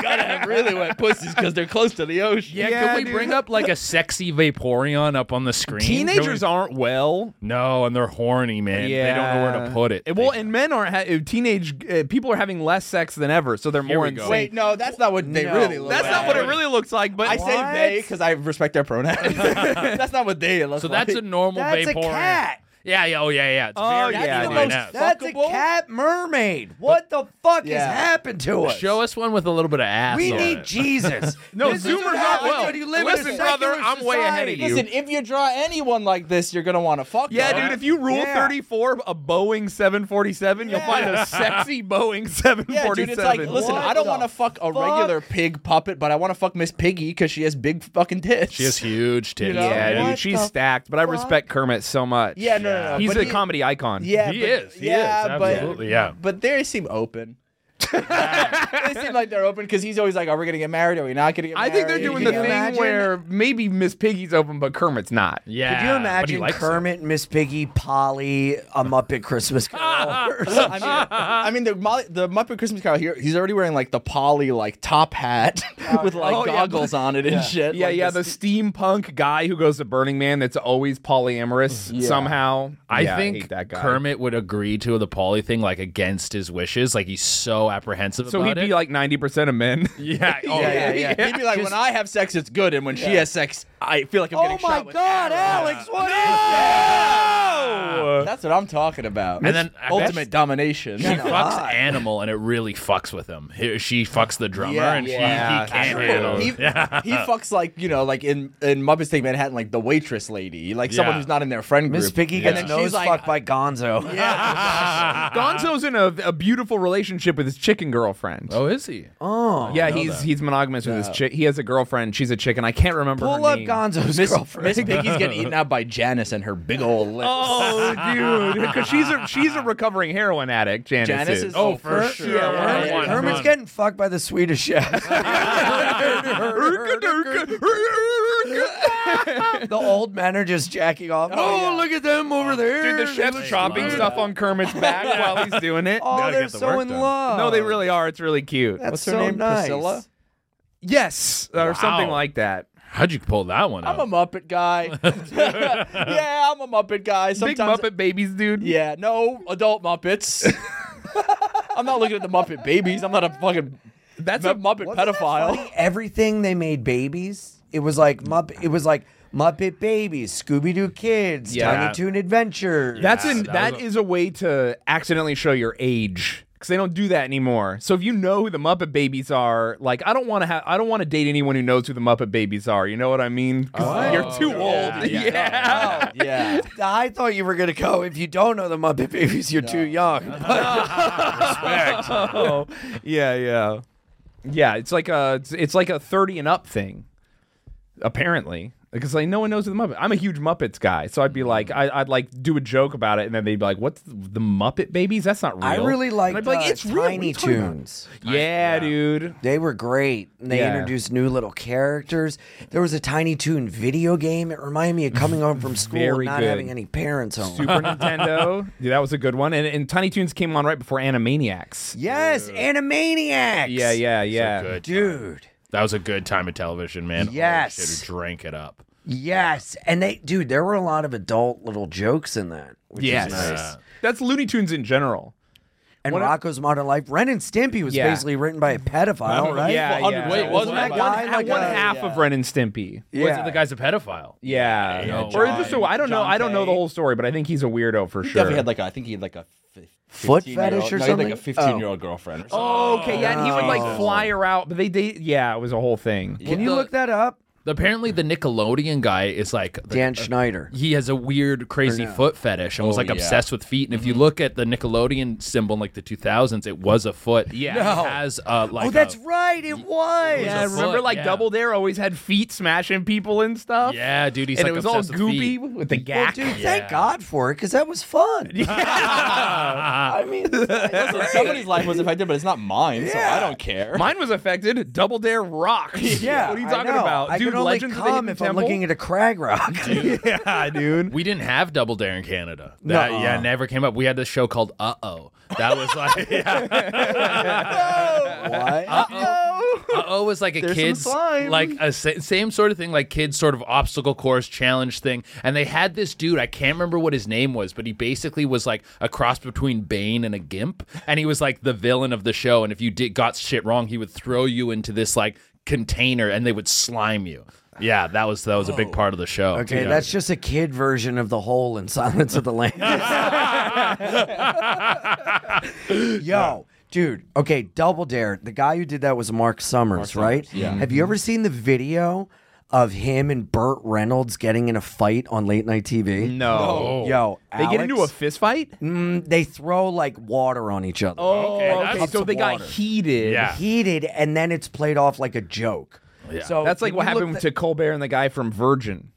Speaker 9: gotta have really wet pussies because they're close to the ocean.
Speaker 5: yeah,
Speaker 6: Yeah,
Speaker 5: can we
Speaker 6: dude.
Speaker 5: bring up like a sexy Vaporeon up on the screen? Can we-
Speaker 6: Teenagers aren't well.
Speaker 5: no, and they're horny, man. They don't know where to put it.
Speaker 6: Well,
Speaker 5: They-
Speaker 6: and men are ha- teenage uh, people are having less sex than ever, so they're
Speaker 5: Here
Speaker 6: more
Speaker 5: we go.
Speaker 6: insane.
Speaker 9: Wait, no, that's not what they
Speaker 1: No.
Speaker 9: really look
Speaker 6: That's
Speaker 9: like.
Speaker 6: not what it really looks like. But
Speaker 9: I say they because I respect their pronouns. that's not what they look
Speaker 5: so
Speaker 9: like.
Speaker 5: that's a normal
Speaker 1: That's a
Speaker 5: Vaporeon.
Speaker 1: cat.
Speaker 5: Yeah, yeah, oh yeah, yeah. It's
Speaker 6: Oh,
Speaker 5: very
Speaker 6: yeah,
Speaker 5: easy
Speaker 6: dude.
Speaker 5: to
Speaker 6: That's
Speaker 5: know.
Speaker 1: That's a
Speaker 9: Fuckable?
Speaker 1: cat mermaid. What the fuck
Speaker 9: Yeah.
Speaker 1: has happened to us?
Speaker 5: Show us one with a little bit of ass.
Speaker 1: we
Speaker 5: on
Speaker 1: need
Speaker 5: it.
Speaker 1: Jesus.
Speaker 6: No,
Speaker 1: This is
Speaker 6: Zoomers
Speaker 1: what
Speaker 6: aren't
Speaker 1: happens
Speaker 6: well.
Speaker 1: when you live in a
Speaker 6: Listen, brother,
Speaker 1: secular
Speaker 6: I'm way ahead of
Speaker 1: society.
Speaker 6: you.
Speaker 9: Listen, if you draw anyone like this, you're gonna want to fuck.
Speaker 6: Yeah,
Speaker 9: them.
Speaker 6: dude, if you rule
Speaker 1: Yeah.
Speaker 6: 34 a Boeing 747, you'll
Speaker 9: Yeah.
Speaker 6: find a sexy Boeing 747.
Speaker 9: Yeah, dude, it's like, listen,
Speaker 1: What
Speaker 9: I don't
Speaker 1: the
Speaker 9: want to fuck a regular pig puppet, but I want to fuck Miss Piggy because she has big fucking tits.
Speaker 5: She has huge titties.
Speaker 9: know?
Speaker 5: man.
Speaker 6: Yeah,
Speaker 9: What
Speaker 6: dude, she's
Speaker 9: the
Speaker 6: stacked, but I respect Kermit so much.
Speaker 9: Yeah, no, no, no.
Speaker 6: He's
Speaker 9: but
Speaker 6: a
Speaker 9: he-
Speaker 6: comedy icon.
Speaker 9: Yeah,
Speaker 5: He
Speaker 9: but-
Speaker 5: is. He
Speaker 9: yeah,
Speaker 5: is.
Speaker 9: but-
Speaker 5: Absolutely. yeah.
Speaker 9: But they seem open. they seem like they're open because he's always like, "Are we gonna get married? Are we not gonna get
Speaker 6: I
Speaker 9: married?"
Speaker 6: think they're doing the
Speaker 9: You
Speaker 6: thing
Speaker 9: know?
Speaker 1: imagine?
Speaker 6: where maybe Miss Piggy's open, but Kermit's not.
Speaker 5: Yeah.
Speaker 1: Could you
Speaker 5: but he
Speaker 1: imagine
Speaker 5: likes it.
Speaker 1: Kermit, Miss Piggy, Polly, a Muppet Christmas Carol? or something?
Speaker 9: I mean, I mean the Molly, the Muppet Christmas Carol here. He's already wearing like the Polly like top hat with like
Speaker 6: Oh, yeah.
Speaker 9: goggles on it and shit.
Speaker 6: Yeah,
Speaker 9: like,
Speaker 6: yeah, the
Speaker 9: this-
Speaker 6: steampunk guy who goes to Burning Man that's always polyamorous somehow.
Speaker 5: I
Speaker 6: Yeah,
Speaker 5: think
Speaker 6: hate that guy.
Speaker 5: Kermit would agree to the Polly thing like against his wishes. Like he's so apprehensive
Speaker 6: So he'd
Speaker 5: about
Speaker 6: be
Speaker 5: it.
Speaker 6: like 90% of men.
Speaker 5: yeah, oh,
Speaker 9: Yeah, yeah, yeah. He'd be like, when I have sex, it's good, and when she has sex, I feel like I'm
Speaker 1: oh
Speaker 9: getting
Speaker 1: my
Speaker 9: shot. with
Speaker 1: God,
Speaker 9: arrows."
Speaker 1: Alex, what is that?
Speaker 9: That's That's what I'm talking about.
Speaker 5: And then I bet
Speaker 9: ultimate
Speaker 5: she-
Speaker 9: domination.
Speaker 5: She fucks animal and it really fucks with him. He- She fucks the drummer
Speaker 9: Yeah,
Speaker 5: and she
Speaker 9: yeah,
Speaker 5: he can't
Speaker 9: true.
Speaker 5: handle.
Speaker 9: He,
Speaker 5: it. Yeah.
Speaker 9: he fucks like you know, like in in Muppets Take Manhattan, like the waitress lady, like someone
Speaker 5: Yeah.
Speaker 9: who's not in their friend group.
Speaker 1: Miss Piggy
Speaker 9: And
Speaker 1: gets
Speaker 9: then
Speaker 1: nose
Speaker 9: she's like,
Speaker 1: fucked by Gonzo.
Speaker 5: Ah.
Speaker 6: Gonzo's in a, a beautiful relationship with his chicken girlfriend.
Speaker 5: oh, is he?
Speaker 1: Uh,
Speaker 6: yeah, he's he's monogamous with his chick. He has a girlfriend. She's a chicken. I can't remember.
Speaker 1: Pull
Speaker 6: her
Speaker 1: up
Speaker 6: name.
Speaker 1: Gonzo's girlfriend.
Speaker 9: Miss Piggy's getting eaten out by Janice and her big old lips.
Speaker 6: Oh, dude, because she's a she's a recovering heroin addict. Janice,
Speaker 9: Janice is
Speaker 5: Oh, for sure.
Speaker 9: Yeah,
Speaker 5: Her-
Speaker 9: yeah,
Speaker 5: one,
Speaker 9: yeah.
Speaker 1: Herman's
Speaker 5: one.
Speaker 1: getting fucked by the Swedish chef. the old men are just jacking off. Oh, look at them over there.
Speaker 6: Dude, the chef's chopping stuff on Kermit's back while he's doing it.
Speaker 1: Oh,
Speaker 5: Gotta
Speaker 1: they're
Speaker 5: get the
Speaker 1: so
Speaker 5: work
Speaker 1: in
Speaker 5: done.
Speaker 1: love.
Speaker 6: No, they really are. It's really cute.
Speaker 1: That's
Speaker 9: What's her
Speaker 1: so
Speaker 9: name?
Speaker 1: nice.
Speaker 9: Priscilla.
Speaker 6: Yes, or something
Speaker 5: Wow.
Speaker 6: like that.
Speaker 5: How'd you pull that one
Speaker 9: I'm
Speaker 1: Oh.
Speaker 5: up?
Speaker 9: a Muppet guy. yeah, I'm a Muppet guy. Sometimes
Speaker 6: Big Muppet babies, dude.
Speaker 9: Yeah, no adult Muppets. I'm not looking at the Muppet babies. I'm not a fucking that's a Muppet
Speaker 1: Wasn't that
Speaker 9: pedophile.
Speaker 1: funny? Everything they made babies. It was like Muppet. It was like Muppet Babies, Scooby Doo Kids,
Speaker 5: Yeah.
Speaker 1: Tiny Toon Adventures.
Speaker 6: That's
Speaker 5: Yeah,
Speaker 6: an,
Speaker 5: that
Speaker 6: that
Speaker 5: was a-
Speaker 6: is a way to accidentally show your age because they don't do that anymore. So if you know who the Muppet Babies are, like I don't want to have I don't want to date anyone who knows who the Muppet Babies are. You know what I mean?
Speaker 5: Oh,
Speaker 6: 'Cause you're too
Speaker 9: yeah,
Speaker 6: old.
Speaker 9: yeah,
Speaker 6: Yeah.
Speaker 9: no,
Speaker 6: Oh,
Speaker 9: Yeah.
Speaker 1: I thought you were gonna go. If you don't know the Muppet Babies, you're too young.
Speaker 6: Oh, yeah, yeah, yeah. It's like a it's, it's like a thirty and up thing, apparently. Because like no one knows who the Muppet. I'm a huge Muppets guy, so I'd be
Speaker 1: Mm.
Speaker 6: like, I, I'd like do a joke about it, and then they'd be like, "What's the Muppet Babies? That's not real."
Speaker 1: I really
Speaker 6: And
Speaker 1: liked
Speaker 6: I'd be like
Speaker 1: uh,
Speaker 6: it's real. What are
Speaker 1: Tiny
Speaker 6: you talking about?"
Speaker 1: Toons.
Speaker 6: Yeah, dude.
Speaker 1: They were great. And They
Speaker 6: Yeah.
Speaker 1: introduced new little characters. There was a Tiny Toon video game. It reminded me of coming home from school and
Speaker 6: Very
Speaker 1: not
Speaker 6: good.
Speaker 1: having any parents home.
Speaker 6: Super Nintendo. Yeah, that was a good one. And, and Tiny Toons came on right before Animaniacs.
Speaker 1: Yes, Animaniacs.
Speaker 6: Yeah, yeah, yeah.
Speaker 5: Good time.
Speaker 1: Dude.
Speaker 5: That was a good time of television, man. Holy
Speaker 1: Yes.
Speaker 5: shit, you drank it up.
Speaker 1: Yes. And they dude, there were a lot of adult little jokes in that. Which
Speaker 6: Yes.
Speaker 1: is nice.
Speaker 5: Yeah.
Speaker 6: That's Looney Tunes in general.
Speaker 1: And
Speaker 6: What a-
Speaker 1: Rocco's Modern Life. Ren and Stimpy was
Speaker 6: Yeah.
Speaker 1: basically written by a pedophile, right?
Speaker 6: Yeah,
Speaker 9: Well,
Speaker 6: yeah.
Speaker 9: wait, wasn't that
Speaker 6: one,
Speaker 1: guy
Speaker 6: one-
Speaker 1: like
Speaker 6: one
Speaker 1: a-
Speaker 6: half
Speaker 9: yeah.
Speaker 6: of Ren and Stimpy?
Speaker 5: Was it the guy's a pedophile?
Speaker 6: Yeah.
Speaker 5: Yeah,
Speaker 6: or
Speaker 5: John-
Speaker 6: just so I don't know.
Speaker 9: John
Speaker 6: I don't know the
Speaker 9: Kay.
Speaker 6: whole story, but I think he's a weirdo for
Speaker 9: He
Speaker 6: sure.
Speaker 9: definitely had like a, I think he had like a fif-
Speaker 1: Foot
Speaker 9: 15-year-old
Speaker 1: fetish or
Speaker 9: no, he had
Speaker 1: something? Oh.
Speaker 9: like a 15 year old girlfriend. Or something.
Speaker 6: Oh, okay, yeah, and he would like fly her out, but they, they, yeah, it was a whole thing.
Speaker 1: Can you
Speaker 5: the-
Speaker 1: look that up?
Speaker 5: Apparently, the Nickelodeon guy is like the-
Speaker 1: Dan Schneider.
Speaker 5: he has a weird, crazy foot fetish and was
Speaker 9: Oh,
Speaker 5: like
Speaker 9: yeah.
Speaker 5: obsessed with feet. And if you look at the Nickelodeon symbol in like the 2000s, it was a foot. Yeah, it has uh, like
Speaker 1: oh, that's
Speaker 5: a-
Speaker 1: right. It was.
Speaker 5: was
Speaker 6: Yeah,
Speaker 5: a
Speaker 6: remember
Speaker 5: foot,
Speaker 6: like
Speaker 5: yeah.
Speaker 6: Double Dare always had feet smashing people and stuff.
Speaker 5: Yeah, dude, he's
Speaker 6: and
Speaker 5: like
Speaker 6: it was all
Speaker 5: obsessed with
Speaker 6: goopy
Speaker 5: feet.
Speaker 6: with the
Speaker 1: Well,
Speaker 6: gack.
Speaker 1: dude, thank God for it because that was fun. I mean,
Speaker 9: Listen, somebody's life was affected, but it's not mine, so I don't care.
Speaker 1: Uh,
Speaker 6: Mine was affected. Double Dare rocks.
Speaker 1: yeah.
Speaker 6: What are you
Speaker 1: I
Speaker 6: talking
Speaker 1: know.
Speaker 6: about?
Speaker 1: I
Speaker 6: dude,
Speaker 1: can only
Speaker 6: Legends of the
Speaker 1: come
Speaker 6: Hidden
Speaker 1: if
Speaker 6: Temple?
Speaker 1: I'm looking at a crag rock.
Speaker 6: yeah, dude.
Speaker 5: We didn't have Double Dare in Canada. That,
Speaker 1: Nuh-uh.
Speaker 5: yeah, never came up. We had this show called Uh Oh. That was like,
Speaker 1: what?
Speaker 5: Uh oh was like a
Speaker 6: There's some
Speaker 5: kids
Speaker 6: slime.
Speaker 5: like a sa- same sort of thing, like kids sort of obstacle course challenge thing. And they had this dude, I can't remember what his name was, but he basically was like a cross between Bane and a Gimp, and he was like the villain of the show. And if you did got shit wrong, he would throw you into this like container, and they would slime you. Yeah, that was that was a big part of the show.
Speaker 1: Okay,
Speaker 5: Yeah.
Speaker 1: that's just a kid version of the hole in Silence of the Lambs. Yo, dude. Okay, Double Dare. The guy who did that was Mark Summers, right? Yeah. Have you ever seen the video of him and Burt Reynolds getting in a fight on late night TV?
Speaker 9: Oh.
Speaker 6: No.
Speaker 1: Yo,
Speaker 6: They get into a
Speaker 1: Alex,
Speaker 6: fist fight?
Speaker 1: mm, they throw like water on each other.
Speaker 6: Oh, okay.
Speaker 5: that's-
Speaker 6: So they got heated.
Speaker 5: Yeah.
Speaker 1: heated and then it's played off like a joke. So
Speaker 6: That's like
Speaker 1: when
Speaker 6: what
Speaker 1: you look
Speaker 6: happened
Speaker 1: th-
Speaker 6: to Colbert and the guy from Virgin.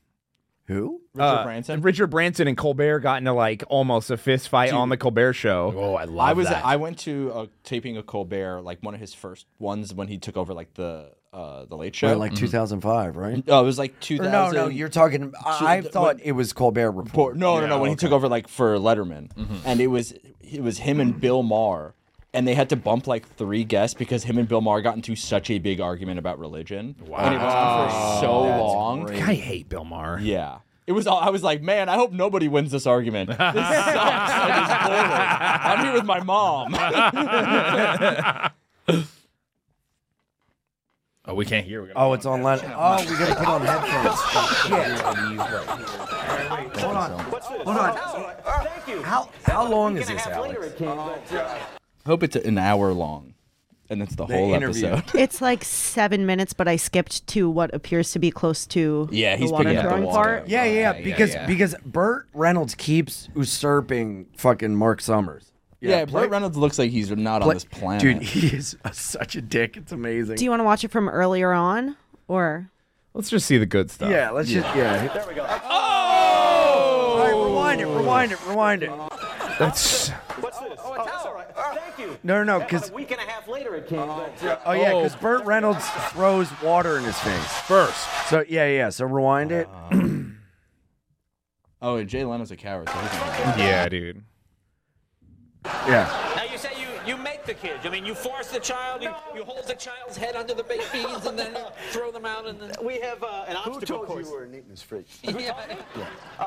Speaker 1: who?
Speaker 9: Richard
Speaker 6: Uh,
Speaker 9: Branson.
Speaker 6: Richard Branson and Colbert got into like almost a fist fight on the Colbert show.
Speaker 5: Oh, I love
Speaker 9: I was
Speaker 5: that.
Speaker 9: I went to a taping of Colbert, like one of his first ones when he took over like the uh, the Late Show.
Speaker 1: Or,
Speaker 6: Mm-hmm.
Speaker 1: like 2005, right?
Speaker 9: oh, it was like
Speaker 1: Or
Speaker 9: 2000.
Speaker 1: no, no, you're talking. I, I
Speaker 9: Two-
Speaker 1: thought it was Colbert Report.
Speaker 9: Port- no, no, no. When he took over, like for Letterman, and it was it was him and Bill Maher, and they had to bump like three guests because him and Bill Maher got into such a big argument about religion, wow. and it went on for so long.
Speaker 6: I hate Bill Maher.
Speaker 9: Yeah. It was all, I was like, man, I hope nobody wins this argument. This sucks. It is boring. I'm here with my mom.
Speaker 10: Oh, we can't hear. We gotta-
Speaker 1: Oh, it's on line. Oh, we gotta put on headphones. Shit. Hold on. Hold on.
Speaker 5: Thank you.
Speaker 1: How how long is this,
Speaker 5: Later,
Speaker 1: Alex?
Speaker 5: it came, but, uh,
Speaker 9: Hope it's an hour long, and it's the whole
Speaker 1: interview.
Speaker 9: episode.
Speaker 11: It's like seven minutes, but I skipped to what appears to be close to
Speaker 9: Yeah,
Speaker 11: the
Speaker 9: he's
Speaker 11: water
Speaker 9: picking up the
Speaker 11: throwing
Speaker 9: water.
Speaker 11: part.
Speaker 1: Yeah, yeah, yeah. Because
Speaker 9: yeah.
Speaker 1: because Burt Reynolds keeps usurping fucking Mark Summers.
Speaker 9: Yeah, Burt Reynolds looks like he's not on this planet.
Speaker 1: Dude, he is a- such a dick. It's amazing.
Speaker 11: Do you want to watch it from earlier on, or
Speaker 12: Let's just see the good stuff.
Speaker 1: yeah, let's just yeah.
Speaker 5: there we go.
Speaker 1: All right, rewind it, rewind it, rewind it.
Speaker 12: That's
Speaker 5: What's this? Oh, a towel. Thank you.
Speaker 1: No, no, because
Speaker 5: A week and a half later it came, but, uh,
Speaker 1: oh yeah, because Burt Reynolds throws water in his face.
Speaker 10: First,
Speaker 1: So yeah, yeah. So rewind it.
Speaker 9: oh, and Jay Leno's a coward. So he's not
Speaker 12: yeah, dude.
Speaker 1: Yeah.
Speaker 5: Now you say you, you make the kid. I mean, you force the child. You, you hold the child's head under the babies and then throw them out. And then we have uh, an obstacle
Speaker 4: Who told you you were a neatness freak?
Speaker 5: Uh,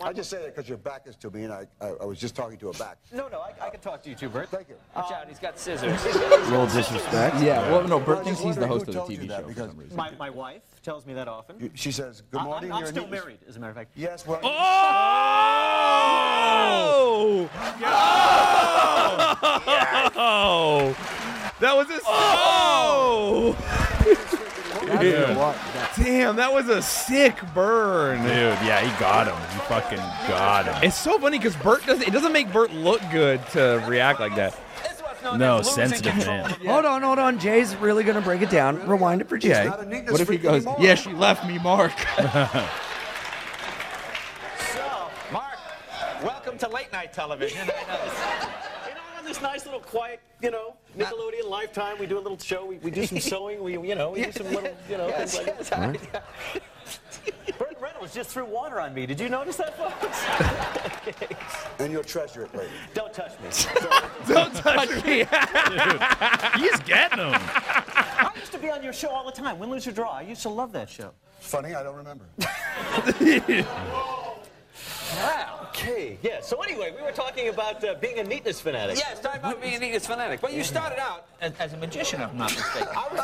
Speaker 4: I just say that because your back is to me, and I, I, I was just talking to a back.
Speaker 5: No, no, I, I can talk to you too, Bert.
Speaker 4: Thank you.
Speaker 5: Watch out, he's got scissors.
Speaker 1: Little disrespect.
Speaker 9: Yeah, well, no,
Speaker 4: I was
Speaker 9: Bert thinks
Speaker 4: just
Speaker 9: he's the
Speaker 4: wondering
Speaker 9: host
Speaker 4: who
Speaker 9: of the
Speaker 4: told you
Speaker 9: TV
Speaker 4: that,
Speaker 9: show for
Speaker 4: because
Speaker 9: some reason.
Speaker 5: my, my wife tells me that often.
Speaker 4: you- she says, "Good
Speaker 5: I-
Speaker 4: morning."
Speaker 5: I'm, I'm
Speaker 4: you're a
Speaker 5: still
Speaker 4: neatness-"
Speaker 5: married, as a matter of fact.
Speaker 4: Yes. Well.
Speaker 10: Oh! Oh!
Speaker 6: That was a. Oh! Damn, that was a sick burn.
Speaker 10: Dude, yeah, he got him. He fucking got him.
Speaker 6: It's so funny because Bert doesn't. It doesn't make Bert look good to react like that.
Speaker 5: This is what's known
Speaker 10: No,
Speaker 5: as losing
Speaker 10: sensitive
Speaker 5: control
Speaker 10: man.
Speaker 5: of the-
Speaker 1: Hold on, hold on. Jay's really gonna break it down. Rewind it for Jay. Oh,
Speaker 4: Not a neatness
Speaker 9: What if he
Speaker 4: freak
Speaker 9: goes?
Speaker 4: anymore.
Speaker 9: Yeah, she left me, Mark.
Speaker 5: So, Mark, welcome to late night television. I know. You know, I'm on this nice little quiet, you know, Nickelodeon Lifetime. We do a little show. We, we do some sewing. We, you know, we do some little, you know, things like that. Burt Reynolds just threw water on me. Did you notice that, folks? Okay.
Speaker 4: And you'll treasure it later.
Speaker 5: Don't touch me.
Speaker 6: Don't touch me.
Speaker 10: He's getting him.
Speaker 5: I used to be on your show all the time. Win, lose, or draw. I used to love that show.
Speaker 4: Funny, I don't remember.
Speaker 5: Wow. Okay. Yeah. So anyway, we were talking about uh, being a neatness fanatic. Yes, talking about being a neatness fanatic. But you started out as, as a magician, if I'm not mistaken. I was.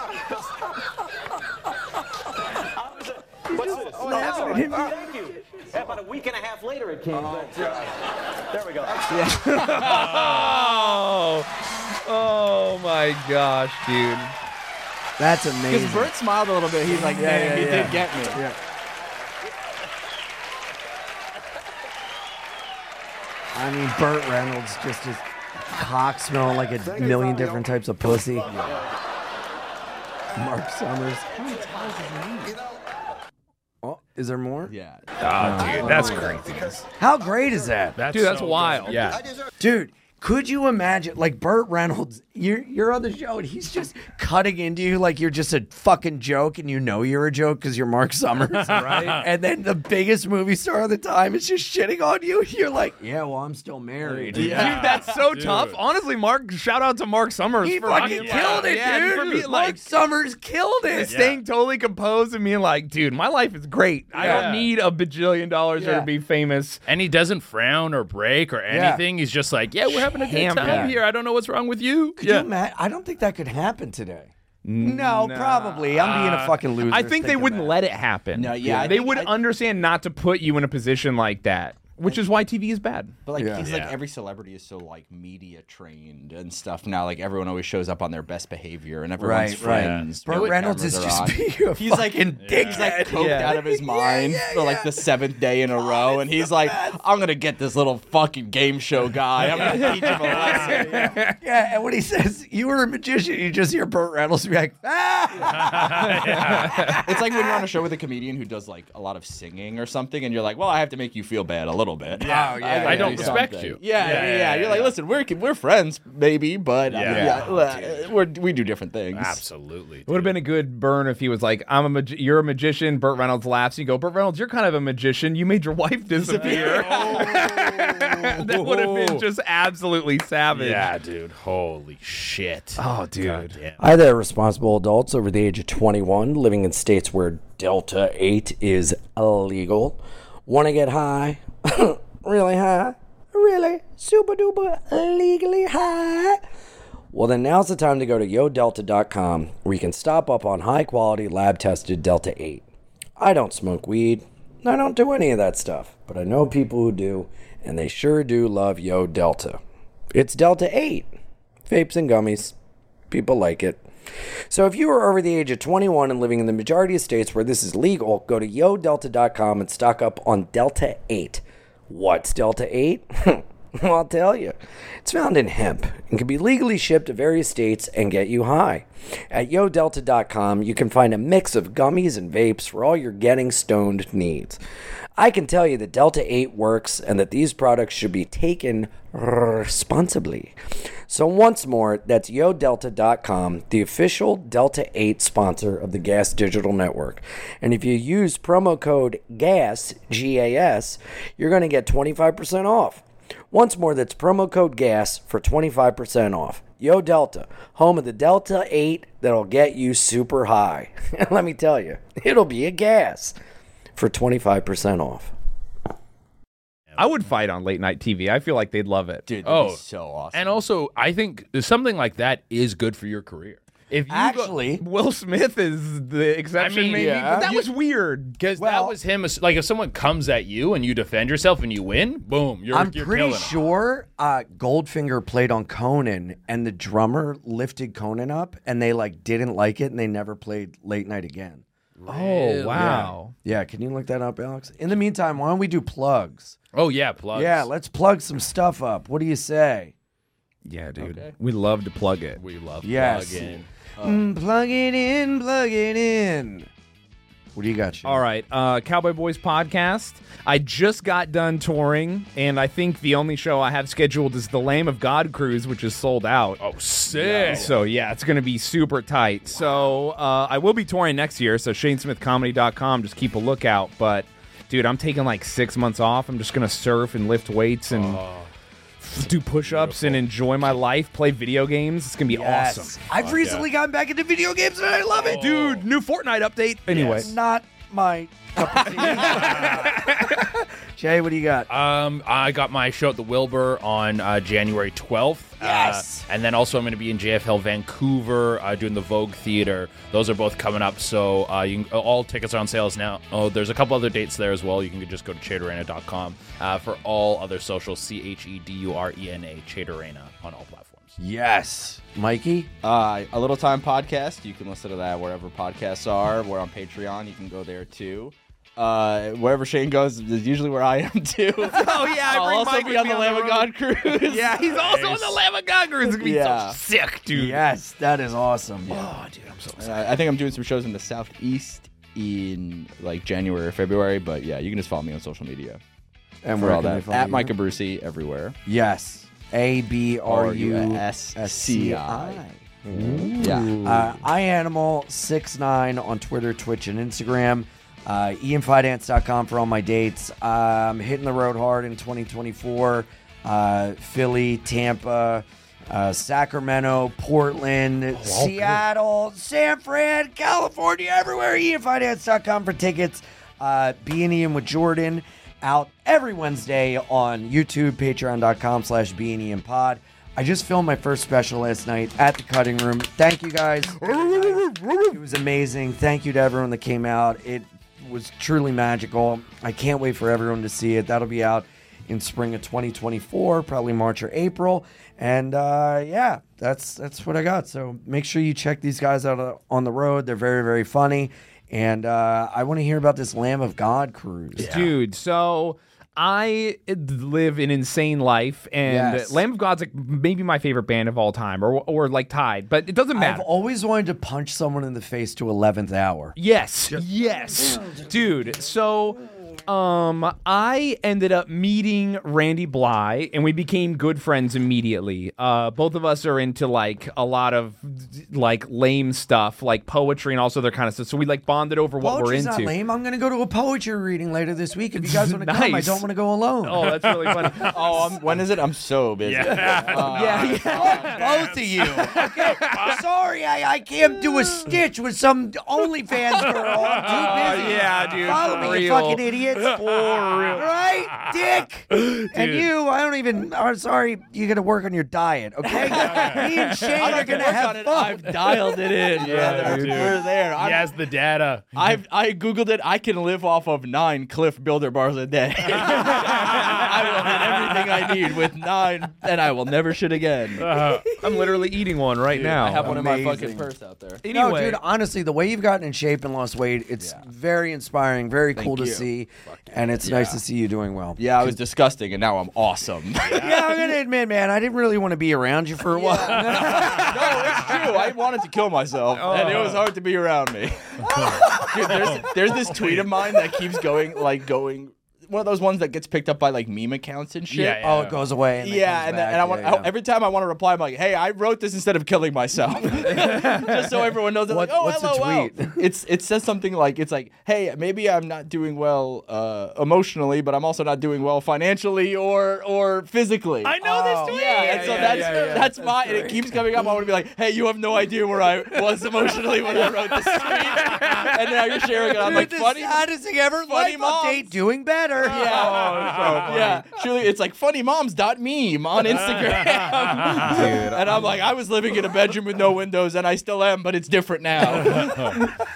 Speaker 5: I was a, what's this? Oh, that's all right. Oh, thank you. Yeah, about a week and a half later, it came. but, uh, there we go.
Speaker 6: oh. Oh my gosh, dude.
Speaker 1: That's amazing.
Speaker 9: Because Bert smiled a little bit. He's like, yeah,
Speaker 1: yeah,
Speaker 9: he
Speaker 1: yeah.
Speaker 9: did get me.
Speaker 1: I mean, Burt Reynolds just is cock smelling like a million different types of pussy. Mark Summers. Oh, is there more?
Speaker 9: Yeah.
Speaker 10: Oh, dude, that's great.
Speaker 4: Because
Speaker 1: How great is that?
Speaker 10: That's
Speaker 6: Dude, that's
Speaker 10: so
Speaker 6: wild.
Speaker 10: good. Yeah.
Speaker 4: I deserve.
Speaker 1: Dude, could you imagine like Burt Reynolds, you're you're on the show and he's just cutting into you like you're just a fucking joke and you know you're a joke because you're Mark Summers. right. And then the biggest movie star of the time is just shitting on you and you're like, Yeah, well, I'm still married.
Speaker 6: Dude, that's so
Speaker 10: Dude.
Speaker 6: tough. Honestly, Mark, shout out to Mark Summers
Speaker 1: He
Speaker 6: for
Speaker 1: fucking
Speaker 6: being like-
Speaker 1: killed it,
Speaker 6: yeah,
Speaker 1: dude.
Speaker 6: For being
Speaker 1: Mark
Speaker 6: like
Speaker 1: Summers killed it.
Speaker 6: staying totally composed and being like, dude, my life is great. I
Speaker 10: Yeah.
Speaker 6: don't need a bajillion dollars
Speaker 1: Yeah.
Speaker 6: to be famous.
Speaker 10: And he doesn't frown or break or
Speaker 1: Yeah.
Speaker 10: anything. He's just like, yeah, we're having a good
Speaker 6: Ham
Speaker 10: time
Speaker 6: yeah.
Speaker 10: here. I don't know what's wrong with you.
Speaker 1: Could you ima- I don't think that could happen today. No, probably. I'm being a fucking loser.
Speaker 6: I think they wouldn't let it happen.
Speaker 9: No, yeah, I
Speaker 6: They
Speaker 9: think-
Speaker 6: would
Speaker 9: I-
Speaker 6: understand not to put you in a position like that, which is why TV is bad.
Speaker 9: But like,
Speaker 1: Yeah.
Speaker 9: it's like
Speaker 10: Yeah.
Speaker 9: every celebrity is so like media trained and stuff now. Like everyone always shows up on their best behavior, and everyone's
Speaker 1: Right, right.
Speaker 9: friends.
Speaker 1: Burt
Speaker 9: when
Speaker 1: Reynolds
Speaker 9: cameras
Speaker 1: is
Speaker 9: are
Speaker 1: just
Speaker 9: on.
Speaker 1: being a
Speaker 9: He's like in dick. He's like coked
Speaker 6: Yeah.
Speaker 9: out of his mind for like the seventh day in a row, and he's like, "I'm gonna get this little fucking game show guy. I'm gonna teach him a lesson."
Speaker 1: Yeah, and when he says you were a magician, you just hear Burt Reynolds be like, ah!
Speaker 9: It's like when you're on a show with a comedian who does like a lot of singing or something, and you're like, "Well, I have to make you feel bad a little bit."
Speaker 10: Yeah. Oh, yeah,
Speaker 9: gotta
Speaker 10: I don't
Speaker 9: do
Speaker 10: respect
Speaker 9: something."
Speaker 10: you.
Speaker 9: Yeah, yeah,
Speaker 10: Yeah,
Speaker 9: yeah.
Speaker 10: yeah,
Speaker 9: You're
Speaker 10: yeah,
Speaker 9: like,
Speaker 10: yeah.
Speaker 9: "Listen, we're we're friends, maybe, but uh,
Speaker 10: Yeah.
Speaker 9: yeah, uh, we're, we do different things."
Speaker 10: Absolutely.
Speaker 6: It would have
Speaker 10: dude.
Speaker 6: been a good burn if he was like, "I'm a mag- you're a magician." Burt Reynolds laughs. You go, "Burt Reynolds, you're kind of a magician. You made your wife disappear." that would have been just absolutely savage.
Speaker 10: Yeah, dude. Holy shit.
Speaker 6: Oh, dude.
Speaker 13: Hi there, responsible adults over the age of 21 living in states where Delta 8 is illegal. Want to get high? really high? Really? Super duper legally high?
Speaker 14: Well, then now's the time to go to yodelta.com where you can stop up on high quality lab tested Delta 8. I don't smoke weed. and I don't do any of that stuff, but I know people who do, and they sure do love Yo Delta. It's Delta 8. Vapes and gummies. People like it. So if you are over the age of 21 and living in the majority of states where this is legal, go to yodelta.com and stock up on Delta 8. What's Delta 8? I'll tell you. It's found in hemp and can be legally shipped to various states and get you high. At yodelta.com, you can find a mix of gummies and vapes for all your getting stoned needs. I can tell you that Delta 8 works and that these products should be taken responsibly. So, once more, that's yodelta.com, the official Delta 8 sponsor of the Gas Digital Network. And if you use promo code GAS, G A S, you're going to get 25% off. Once more, that's promo code GAS for 25% off. Yo Delta, home of the Delta 8 that'll get you super high. And let me tell you, it'll be a gas for 25% off.
Speaker 6: I would fight on late night TV. I feel like they'd love it. Dude,
Speaker 5: Oh, And also, I think something like that is good for your career. If you
Speaker 6: Actually- Will Smith is the exception, maybe. But that was weird
Speaker 5: because that was him. Like, if someone comes at you and you defend yourself and you win, boom, you're.
Speaker 1: I'm
Speaker 5: you're
Speaker 1: pretty
Speaker 5: killing 'em.
Speaker 1: sure uh, Goldfinger played on Conan, and the drummer lifted Conan up, and they like didn't like it, and they never played Late Night again.
Speaker 6: Oh, wow.
Speaker 1: Yeah. Yeah, can you look that up, Alex? In the meantime, why don't we do plugs?
Speaker 5: Oh yeah, plugs.
Speaker 1: Yeah, let's plug some stuff up. What do you say?
Speaker 6: Yeah, dude. We love to plug it. We love
Speaker 1: Yes. Mm, plug it in, plug it in. What do you got?
Speaker 6: All right, uh, Cowboy Boys podcast. I just got done touring, and I think the only show I have scheduled is the Lamb of God cruise, which is sold out.
Speaker 5: Oh, sick!
Speaker 6: So yeah, it's going to be super tight. So uh, I will be touring next year. So ShaneSmithComedy.com. Just keep a lookout. But dude, I'm taking like six months off. I'm just going to surf and lift weights and. do push-ups and enjoy my life. Play video games. It's gonna be
Speaker 1: Yes.
Speaker 6: awesome.
Speaker 1: I've recently gotten back into video games, and I love it.
Speaker 6: dude. New Fortnite update. Anyway,
Speaker 1: Not my Jay, what do you got?
Speaker 5: Um, I got my show at the Wilbur on uh, January 12th. Yes. and then also I'm going to be in JFL Vancouver uh, doing the Vogue Theater. Those are both coming up. So uh, you can, all tickets are on sales now. Oh, there's a couple other dates there as well. You can just go to chaterena.com uh, for all other socials. C H E D U R E N A Chaterena on all platforms.
Speaker 1: Yes. Mikey?
Speaker 9: Uh, a Little Time Podcast. You can listen to that wherever podcasts are. We're on Patreon. You can go there too. Uh, wherever Shane goes is usually where I am too.
Speaker 6: Oh yeah, I
Speaker 9: I'll
Speaker 6: bring
Speaker 9: also
Speaker 6: Mike
Speaker 9: be
Speaker 6: with
Speaker 9: on
Speaker 6: me
Speaker 9: the Lamb of
Speaker 6: road.
Speaker 9: God cruise.
Speaker 6: Yeah, he's also on the
Speaker 9: Nice.
Speaker 6: Lamb of God cruise. It's gonna be
Speaker 9: Yeah.
Speaker 6: so sick, dude.
Speaker 1: Yes, that is awesome.
Speaker 6: Oh, dude, I'm so
Speaker 9: Uh, I think I'm doing some shows in the Southeast in like January or February, but yeah, you can just follow me on social media.
Speaker 1: And
Speaker 9: for
Speaker 1: where
Speaker 9: all
Speaker 1: can they
Speaker 9: that,
Speaker 1: follow
Speaker 9: at
Speaker 1: you?
Speaker 9: Mike Abruzzi everywhere.
Speaker 1: Yes. A B R U S C I.
Speaker 9: R-U-S-C-I. Yeah.
Speaker 1: Uh, I animal six nine on Twitter, Twitch, and Instagram. Uh, IanFinance.com for all my dates. Um, hitting the road hard in 2024. Uh, Philly, Tampa, uh, Sacramento, Portland, Seattle, San Fran, California, everywhere. IanFinance.com for tickets. Uh, Be an Ian with Jordan out every Wednesday on YouTube, patreon.com slash Be an Ian Pod. I just filmed my first special last night at the cutting room. Thank you guys. it was amazing. Thank you to everyone that came out. It was truly magical. I can't wait for everyone to see it. That'll be out in spring of 2024, probably March or April. And uh, yeah, that's that's what I got. So make sure you check these guys out uh, on the road. They're very very funny. And uh, I want to hear about this Lamb of God cruise.
Speaker 6: dude. So I live an insane life, and
Speaker 1: Yes.
Speaker 6: Lamb of God's like maybe my favorite band of all time, or or like tied, but it doesn't
Speaker 1: I've
Speaker 6: matter.
Speaker 1: always wanted to punch someone in the face to 11th hour.
Speaker 6: Yes, yes, dude. So, um, I ended up meeting Randy Bly, and we became good friends immediately. Uh, both of us are into like a lot of like lame stuff, like poetry and all this other kind of stuff. So we like bonded over what
Speaker 1: Poetry's
Speaker 6: we're
Speaker 1: not
Speaker 6: into.
Speaker 1: lame. I'm going to go to a poetry reading later this week. If you guys want to come, I
Speaker 6: Nice.
Speaker 1: don't want to go alone.
Speaker 6: Oh, that's really funny.
Speaker 9: oh, I'm, when is it? I'm so busy. Uh,
Speaker 6: yeah,
Speaker 1: Both of you. Okay. Sorry, I, I can't do a stitch with some OnlyFans girl. I'm too busy.
Speaker 6: yeah, dude,
Speaker 1: Follow
Speaker 6: for
Speaker 1: me, you
Speaker 6: real.
Speaker 1: fucking idiot. For real. Right, Dick? And you, I don't even. I'm sorry, you're going to work on your diet, okay? Me and Shane
Speaker 9: I'm
Speaker 1: are
Speaker 9: not
Speaker 1: going to
Speaker 9: gonna work
Speaker 1: have
Speaker 9: on it.
Speaker 1: fun.
Speaker 9: I've dialed it in.
Speaker 5: Yeah,
Speaker 9: brother.
Speaker 5: dude.
Speaker 9: We're there.
Speaker 5: He has the data.
Speaker 9: I've I googled it. I can live off of nine Cliff Builder bars a day. I will have everything I need with nine, and I will never shit again.
Speaker 6: I'm literally eating one right
Speaker 9: Dude,
Speaker 6: now.
Speaker 9: I have one in my
Speaker 6: Amazing.
Speaker 9: fucking purse out there.
Speaker 1: No, dude, honestly, the way you've gotten in shape and lost weight, it's very inspiring, very cool to
Speaker 9: you.
Speaker 1: see. And it's nice to see you doing well.
Speaker 9: Yeah, I was disgusting, and now I'm awesome.
Speaker 1: Yeah, I'm going to admit, man, I didn't really want to be around you for a while.
Speaker 9: true. I wanted to kill myself, and it
Speaker 1: Oh.
Speaker 9: was hard to be around me. Dude, there's, there's this tweet of mine that keeps going, like going. One of those ones that gets picked up by like meme accounts and shit.
Speaker 1: Yeah, yeah. Oh, it goes away and then
Speaker 9: yeah,
Speaker 1: comes
Speaker 9: and,
Speaker 1: back.
Speaker 9: and I want
Speaker 1: Yeah, yeah.
Speaker 9: I- every time I want to reply, I'm like, "Hey, I wrote this instead of killing myself," just so everyone knows. That, like, oh,
Speaker 1: what's the
Speaker 9: LOL. It's it says something like, "It's like, hey, maybe I'm not doing well uh, emotionally, but I'm also not doing well financially or or physically."
Speaker 6: I know this tweet.
Speaker 9: Yeah, and so that's that's my and it keeps coming up. I want to be like, hey, you have no idea where I was emotionally when I wrote this tweet, and now you're sharing it. I'm
Speaker 1: Dude,
Speaker 9: like,
Speaker 1: the
Speaker 9: funny,
Speaker 1: saddest thing ever.
Speaker 9: funny
Speaker 1: Life
Speaker 9: moms.
Speaker 1: update, doing better. Oh.
Speaker 9: Yeah, yeah. Truly, it's like Oh, funny moms dot meme on Instagram, and I'm like, I was living in a bedroom with no windows, and I still am, but it's different now.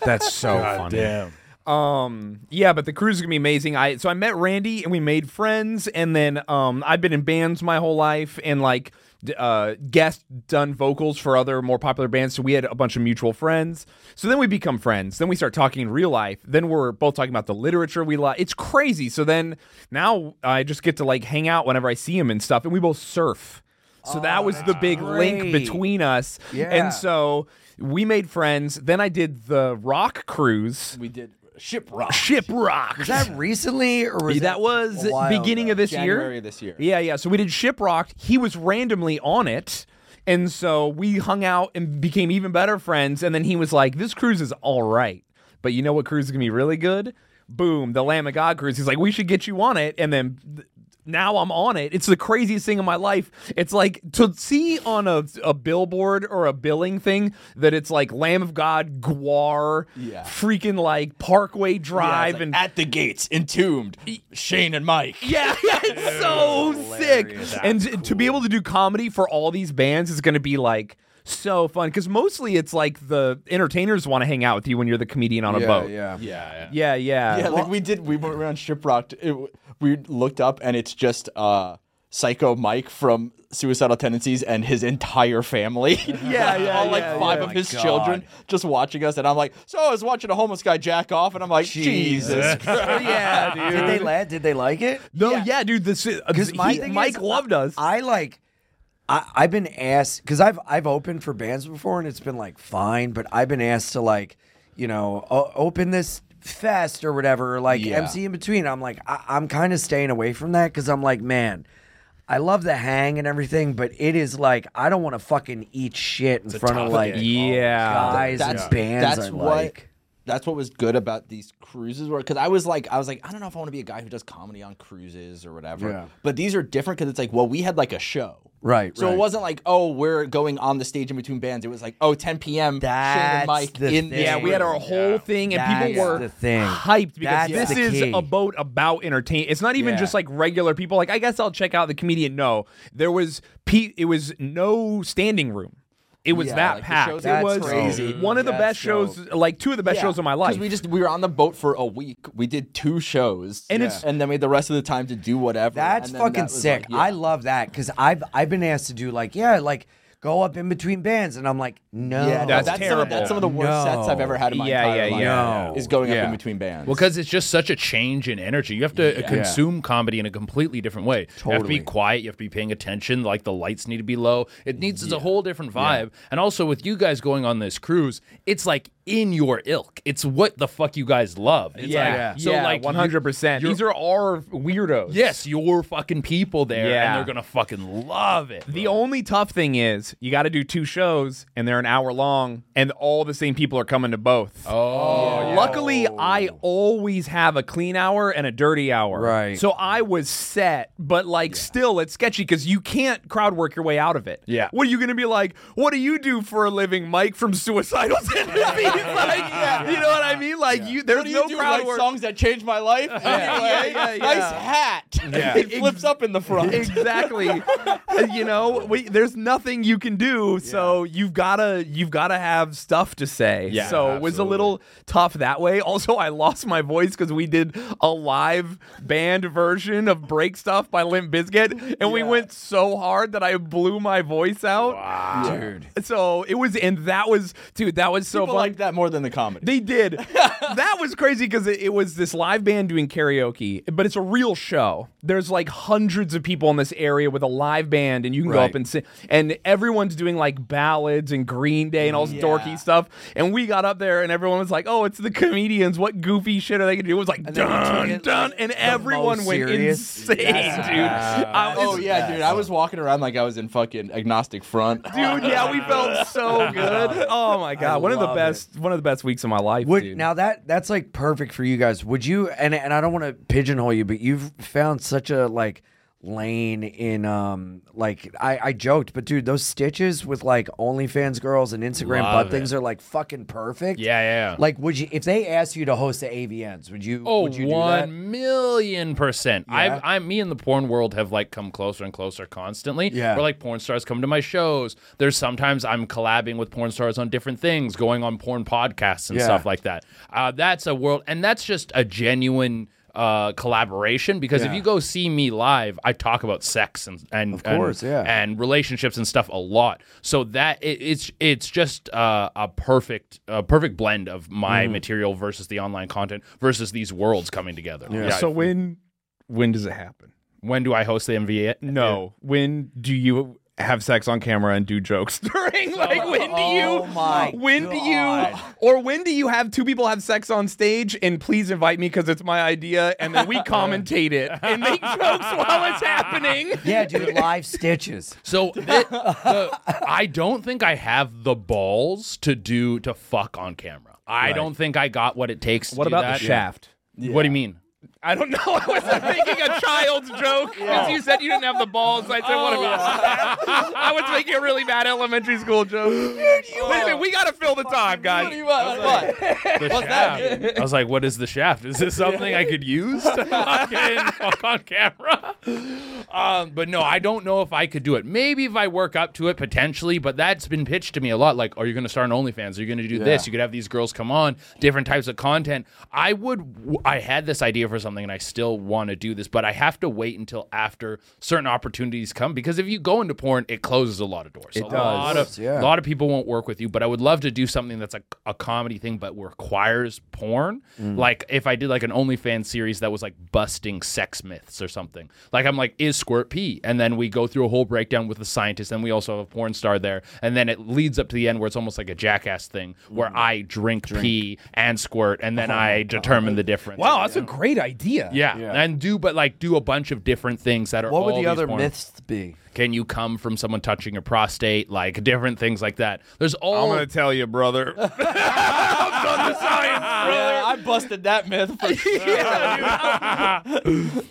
Speaker 6: That's so funny.
Speaker 5: damn.
Speaker 6: Um yeah, but the cruise is gonna be amazing. I so I met Randy and we made friends, and then um I've been in bands my whole life and like d- uh guest done vocals for other more popular bands. So we had a bunch of mutual friends. So then we become friends. Then we start talking in real life. Then we're both talking about the literature we love. It's crazy. So then now I just get to like hang out whenever I see him and stuff, and we both surf. So that was the big link
Speaker 1: great.
Speaker 6: between us.
Speaker 1: Yeah.
Speaker 6: And so we made friends. Then I did the rock cruise.
Speaker 9: we did ship rock.
Speaker 6: Ship Rock.
Speaker 1: Was that recently or was
Speaker 6: Yeah, that was
Speaker 1: a while
Speaker 6: beginning
Speaker 1: ago?
Speaker 6: of this
Speaker 9: January
Speaker 6: year.
Speaker 9: this year.
Speaker 6: Yeah, yeah. So we did Shiprocked. He was randomly on it. And so we hung out and became even better friends. And then he was like, This cruise is all right. But you know what cruise is going to be really good? Boom, the Lamb of God cruise. He's like, We should get you on it. And then. th- now I'm on it. It's the craziest thing in my life. It's like to see on a, a billboard or a billing thing that it's like Lamb of God, Guar,
Speaker 9: Yeah.
Speaker 6: freaking like Parkway Drive, and
Speaker 9: at the gates, entombed, Shane and Mike.
Speaker 6: yeah, it's so sick. And t- to be able to do comedy for all these bands is going to be like so fun because mostly it's like the entertainers want to hang out with you when you're the comedian on a boat.
Speaker 1: Yeah.
Speaker 5: Yeah,
Speaker 6: yeah, yeah.
Speaker 9: Yeah, like we did. We went around Shiprocked. It, w- we looked up, and it's just uh, Psycho Mike from Suicidal Tendencies and his entire family.
Speaker 6: Yeah, yeah,
Speaker 9: All, like
Speaker 6: yeah,
Speaker 9: five
Speaker 6: yeah.
Speaker 9: of his children just watching us, and I'm like, so I was watching a homeless guy jack off, and I'm like, Jesus. Christ.
Speaker 6: yeah, dude.
Speaker 1: Did they la- Did they like it?
Speaker 6: No, yeah, dude. This is- uh,
Speaker 1: Because my
Speaker 6: he-
Speaker 1: thing
Speaker 6: Mike
Speaker 1: is,
Speaker 6: loved us.
Speaker 1: I like. I, I've been asked because I've I've opened for bands before and it's been like fine, but I've been asked to like, you know, o- open this fest or whatever, or like
Speaker 9: Yeah.
Speaker 1: MC in between. I'm like, I, I'm kind of staying away from that because I'm like, man. I love the hang and everything, but it is like I don't want to fucking eat shit in front of
Speaker 5: tough
Speaker 1: like
Speaker 5: gig.
Speaker 6: yeah,
Speaker 1: guys and bands. I like.
Speaker 9: That's what was good about these cruises were because I was like I was like I don't know if I want to be a guy who does comedy on cruises or whatever.
Speaker 1: Yeah.
Speaker 9: But these are different because it's like well we had like a show.
Speaker 1: Right,
Speaker 9: So
Speaker 1: right.
Speaker 9: it wasn't like oh we're going on the stage in between bands. It was like oh 10 p.m. Shane
Speaker 1: That's
Speaker 9: and Mike
Speaker 1: the
Speaker 9: in
Speaker 1: thing.
Speaker 6: yeah, we had our whole thing, and
Speaker 1: That's
Speaker 6: people were
Speaker 1: the thing.
Speaker 6: hyped because
Speaker 1: That's
Speaker 6: this
Speaker 1: the
Speaker 6: is
Speaker 1: key.
Speaker 6: a boat about entertain. It's not even
Speaker 9: Yeah.
Speaker 6: just like regular people. Like, I guess I'll check out the comedian. No, there was Pete. It was no standing room. It was
Speaker 9: Yeah,
Speaker 6: that
Speaker 9: like, the
Speaker 6: packed.
Speaker 9: shows
Speaker 6: It
Speaker 9: were
Speaker 6: was
Speaker 9: crazy.
Speaker 6: one of the
Speaker 9: That's
Speaker 6: best shows, like two of the best shows of my life.
Speaker 9: Because we just we were on the boat for a week. We did two shows,
Speaker 6: And it's-
Speaker 9: and then we had the rest of the time to do whatever.
Speaker 1: That's
Speaker 9: and then
Speaker 1: fucking
Speaker 9: that was
Speaker 1: sick.
Speaker 9: like, yeah.
Speaker 1: I love that because I've I've been asked to do like yeah like go up in between bands and I'm like no
Speaker 9: Yeah,
Speaker 6: That's
Speaker 9: that's Some of,
Speaker 6: terrible.
Speaker 9: that's some of the worst sets I've
Speaker 1: No.
Speaker 9: ever had in my
Speaker 6: Yeah,
Speaker 9: entire
Speaker 6: yeah,
Speaker 9: life.
Speaker 6: yeah. No.
Speaker 9: Is going
Speaker 6: Yeah.
Speaker 9: up in between bands.
Speaker 5: Well, because it's just such a change in energy. You have to uh, consume comedy in a completely different way. You have to
Speaker 1: Totally.
Speaker 5: be quiet. You have to be paying attention. Like the lights need to be low. It needs it's a whole different vibe. And also with you guys going on this cruise, it's like in your ilk. It's what the fuck you guys love. It's like-
Speaker 6: yeah,
Speaker 5: So
Speaker 6: yeah,
Speaker 5: like
Speaker 6: one hundred percent.
Speaker 5: you're-
Speaker 6: These are our weirdos.
Speaker 5: Yes, your fucking people there,
Speaker 6: Yeah.
Speaker 5: and they're gonna fucking love it.
Speaker 6: The only tough thing is is you got to do two shows and they're an hour long and all the same people are coming to both.
Speaker 5: Oh, yeah.
Speaker 6: luckily I always have a clean hour and a dirty hour.
Speaker 15: Right.
Speaker 6: So I was set, but like still it's sketchy because you can't crowd work your way out of it.
Speaker 5: Yeah.
Speaker 6: What are you gonna be like? What do you do for a living, Mike from Suicidal Tendencies? like, you know what I mean? Like you, there's
Speaker 9: What do you
Speaker 6: no
Speaker 9: do?
Speaker 6: crowd
Speaker 9: Write
Speaker 6: work.
Speaker 9: songs that changed my life.
Speaker 6: Yeah,
Speaker 9: Anyway,
Speaker 6: yeah, yeah,
Speaker 9: Nice
Speaker 6: yeah.
Speaker 9: hat.
Speaker 6: Yeah.
Speaker 9: it flips up in the front.
Speaker 6: exactly you know we, there's nothing you can do so you've gotta you've gotta have stuff to say
Speaker 5: Yeah,
Speaker 6: so it was a little tough that way also i lost my voice because we did a live band version of break stuff by limp bizkit and we went so hard that i blew my voice out
Speaker 9: Ah.
Speaker 5: Wow. Dude.
Speaker 6: so it was and that was dude that was so
Speaker 9: People
Speaker 6: fun.
Speaker 9: like that more than the comedy.
Speaker 6: They did. that was crazy because it, it was this live band doing karaoke, but it's a real show. There's like hundreds of people in this area with a live band, and you can go
Speaker 5: Right.
Speaker 6: up and sing. And everyone's doing like ballads and Green Day and all this dorky stuff. And we got up there, and everyone was like, "Oh, it's the comedians. What goofy shit are they gonna do?" It was like
Speaker 15: then you took
Speaker 6: dun
Speaker 15: it
Speaker 6: dun, and everyone
Speaker 15: most
Speaker 6: went
Speaker 15: serious-
Speaker 6: insane, dude.
Speaker 15: That's-
Speaker 6: I was-
Speaker 9: oh yeah, dude. I was walking around like I was in fucking agnostic front. Ah.
Speaker 6: Dude, yeah, we felt so good. Oh my god, one of the
Speaker 15: love
Speaker 6: best, one of the best weeks of my life,
Speaker 15: Would
Speaker 6: dude.
Speaker 15: now that that's like perfect for you guys. Would you and and I don't want to pigeonhole you, but you've found such a like lane in um like I I joked, but dude, those stitches with like OnlyFans girls and Instagram
Speaker 5: Love
Speaker 15: butt things are like fucking perfect.
Speaker 5: Yeah, yeah, yeah.
Speaker 15: Like, would you if they asked you to host the AVNs? Would you?
Speaker 5: Oh,
Speaker 15: would you do that?
Speaker 5: one million percent.
Speaker 15: Yeah.
Speaker 5: I've, I, me and the porn world have like come closer and closer constantly.
Speaker 15: Yeah.
Speaker 5: Where like porn stars come to my shows. There's sometimes I'm collabing with porn stars on different things, going on porn podcasts and
Speaker 15: Yeah.
Speaker 5: stuff like that. Uh, that's a world, and that's just a genuine. Uh, collaboration because if
Speaker 15: Yeah.
Speaker 5: you go see me live, I talk about sex and and
Speaker 15: Of course,
Speaker 5: and,
Speaker 15: yeah.
Speaker 5: and relationships and stuff a lot. So that it, it's it's just uh, a perfect a perfect blend of my
Speaker 6: Mm-hmm.
Speaker 5: material versus the online content versus these worlds coming together. Yeah.
Speaker 6: so when when does it happen?
Speaker 5: when do I host the MVA?
Speaker 6: No. When do you have sex on camera and do jokes during? Like when do you?
Speaker 9: Oh my
Speaker 6: when do you? Or when do you have two people have sex on stage and please invite me because it's my idea and then we commentate it and make jokes while it's happening.
Speaker 15: Yeah, dude, live stitches.
Speaker 5: So thi- the, I don't think I have the balls to do to fuck on camera. I don't think I got what it takes. To
Speaker 6: What
Speaker 5: do
Speaker 6: about
Speaker 5: that.
Speaker 6: the shaft?
Speaker 5: What do you mean?
Speaker 6: I don't know. I was making a child's joke because you said you didn't have the balls. I said, "What about?" I was making a really bad elementary school joke. Wait a minute, we gotta fill the time, guys.
Speaker 9: What do you want? What?
Speaker 5: The shaft. I was like, "What is the shaft? Is this something I could use to fucking fuck on camera?" Um, but no, I don't know if I could do it. Maybe if I work up to it, potentially. But that's been pitched to me a lot. Like, are you going to start an OnlyFans? Are you going to do this? You could have these girls come on, different types of content. I would. I had this idea for something, and I still want to do this, but I have to wait until after certain opportunities come because if you go into porn, it closes a lot of doors. It a
Speaker 6: does.
Speaker 5: Lot of,
Speaker 15: Yeah.
Speaker 5: lot of people won't work with you, but I would love to do something that's a, a comedy thing but requires porn.
Speaker 15: Mm.
Speaker 5: Like if I did like an OnlyFans series that was like busting sex myths or something. Like I'm like, is squirt pee? And then we go through a whole breakdown with the scientist, and we also have a porn star there, and then it leads up to the end where it's almost like a jackass thing where
Speaker 15: Mm.
Speaker 5: I drink, pee and squirt, and
Speaker 15: Oh
Speaker 5: then I determine the difference.
Speaker 6: Wow, that's a great idea.
Speaker 5: Yeah. and do but like do a bunch of different things that are.
Speaker 15: What
Speaker 5: all
Speaker 15: would
Speaker 5: these
Speaker 15: the other
Speaker 5: porn-
Speaker 15: myths be?
Speaker 5: Can you come from someone touching your prostate? Like different things like that. There's all.
Speaker 6: I'm gonna tell you, brother.
Speaker 9: Yeah, I busted that myth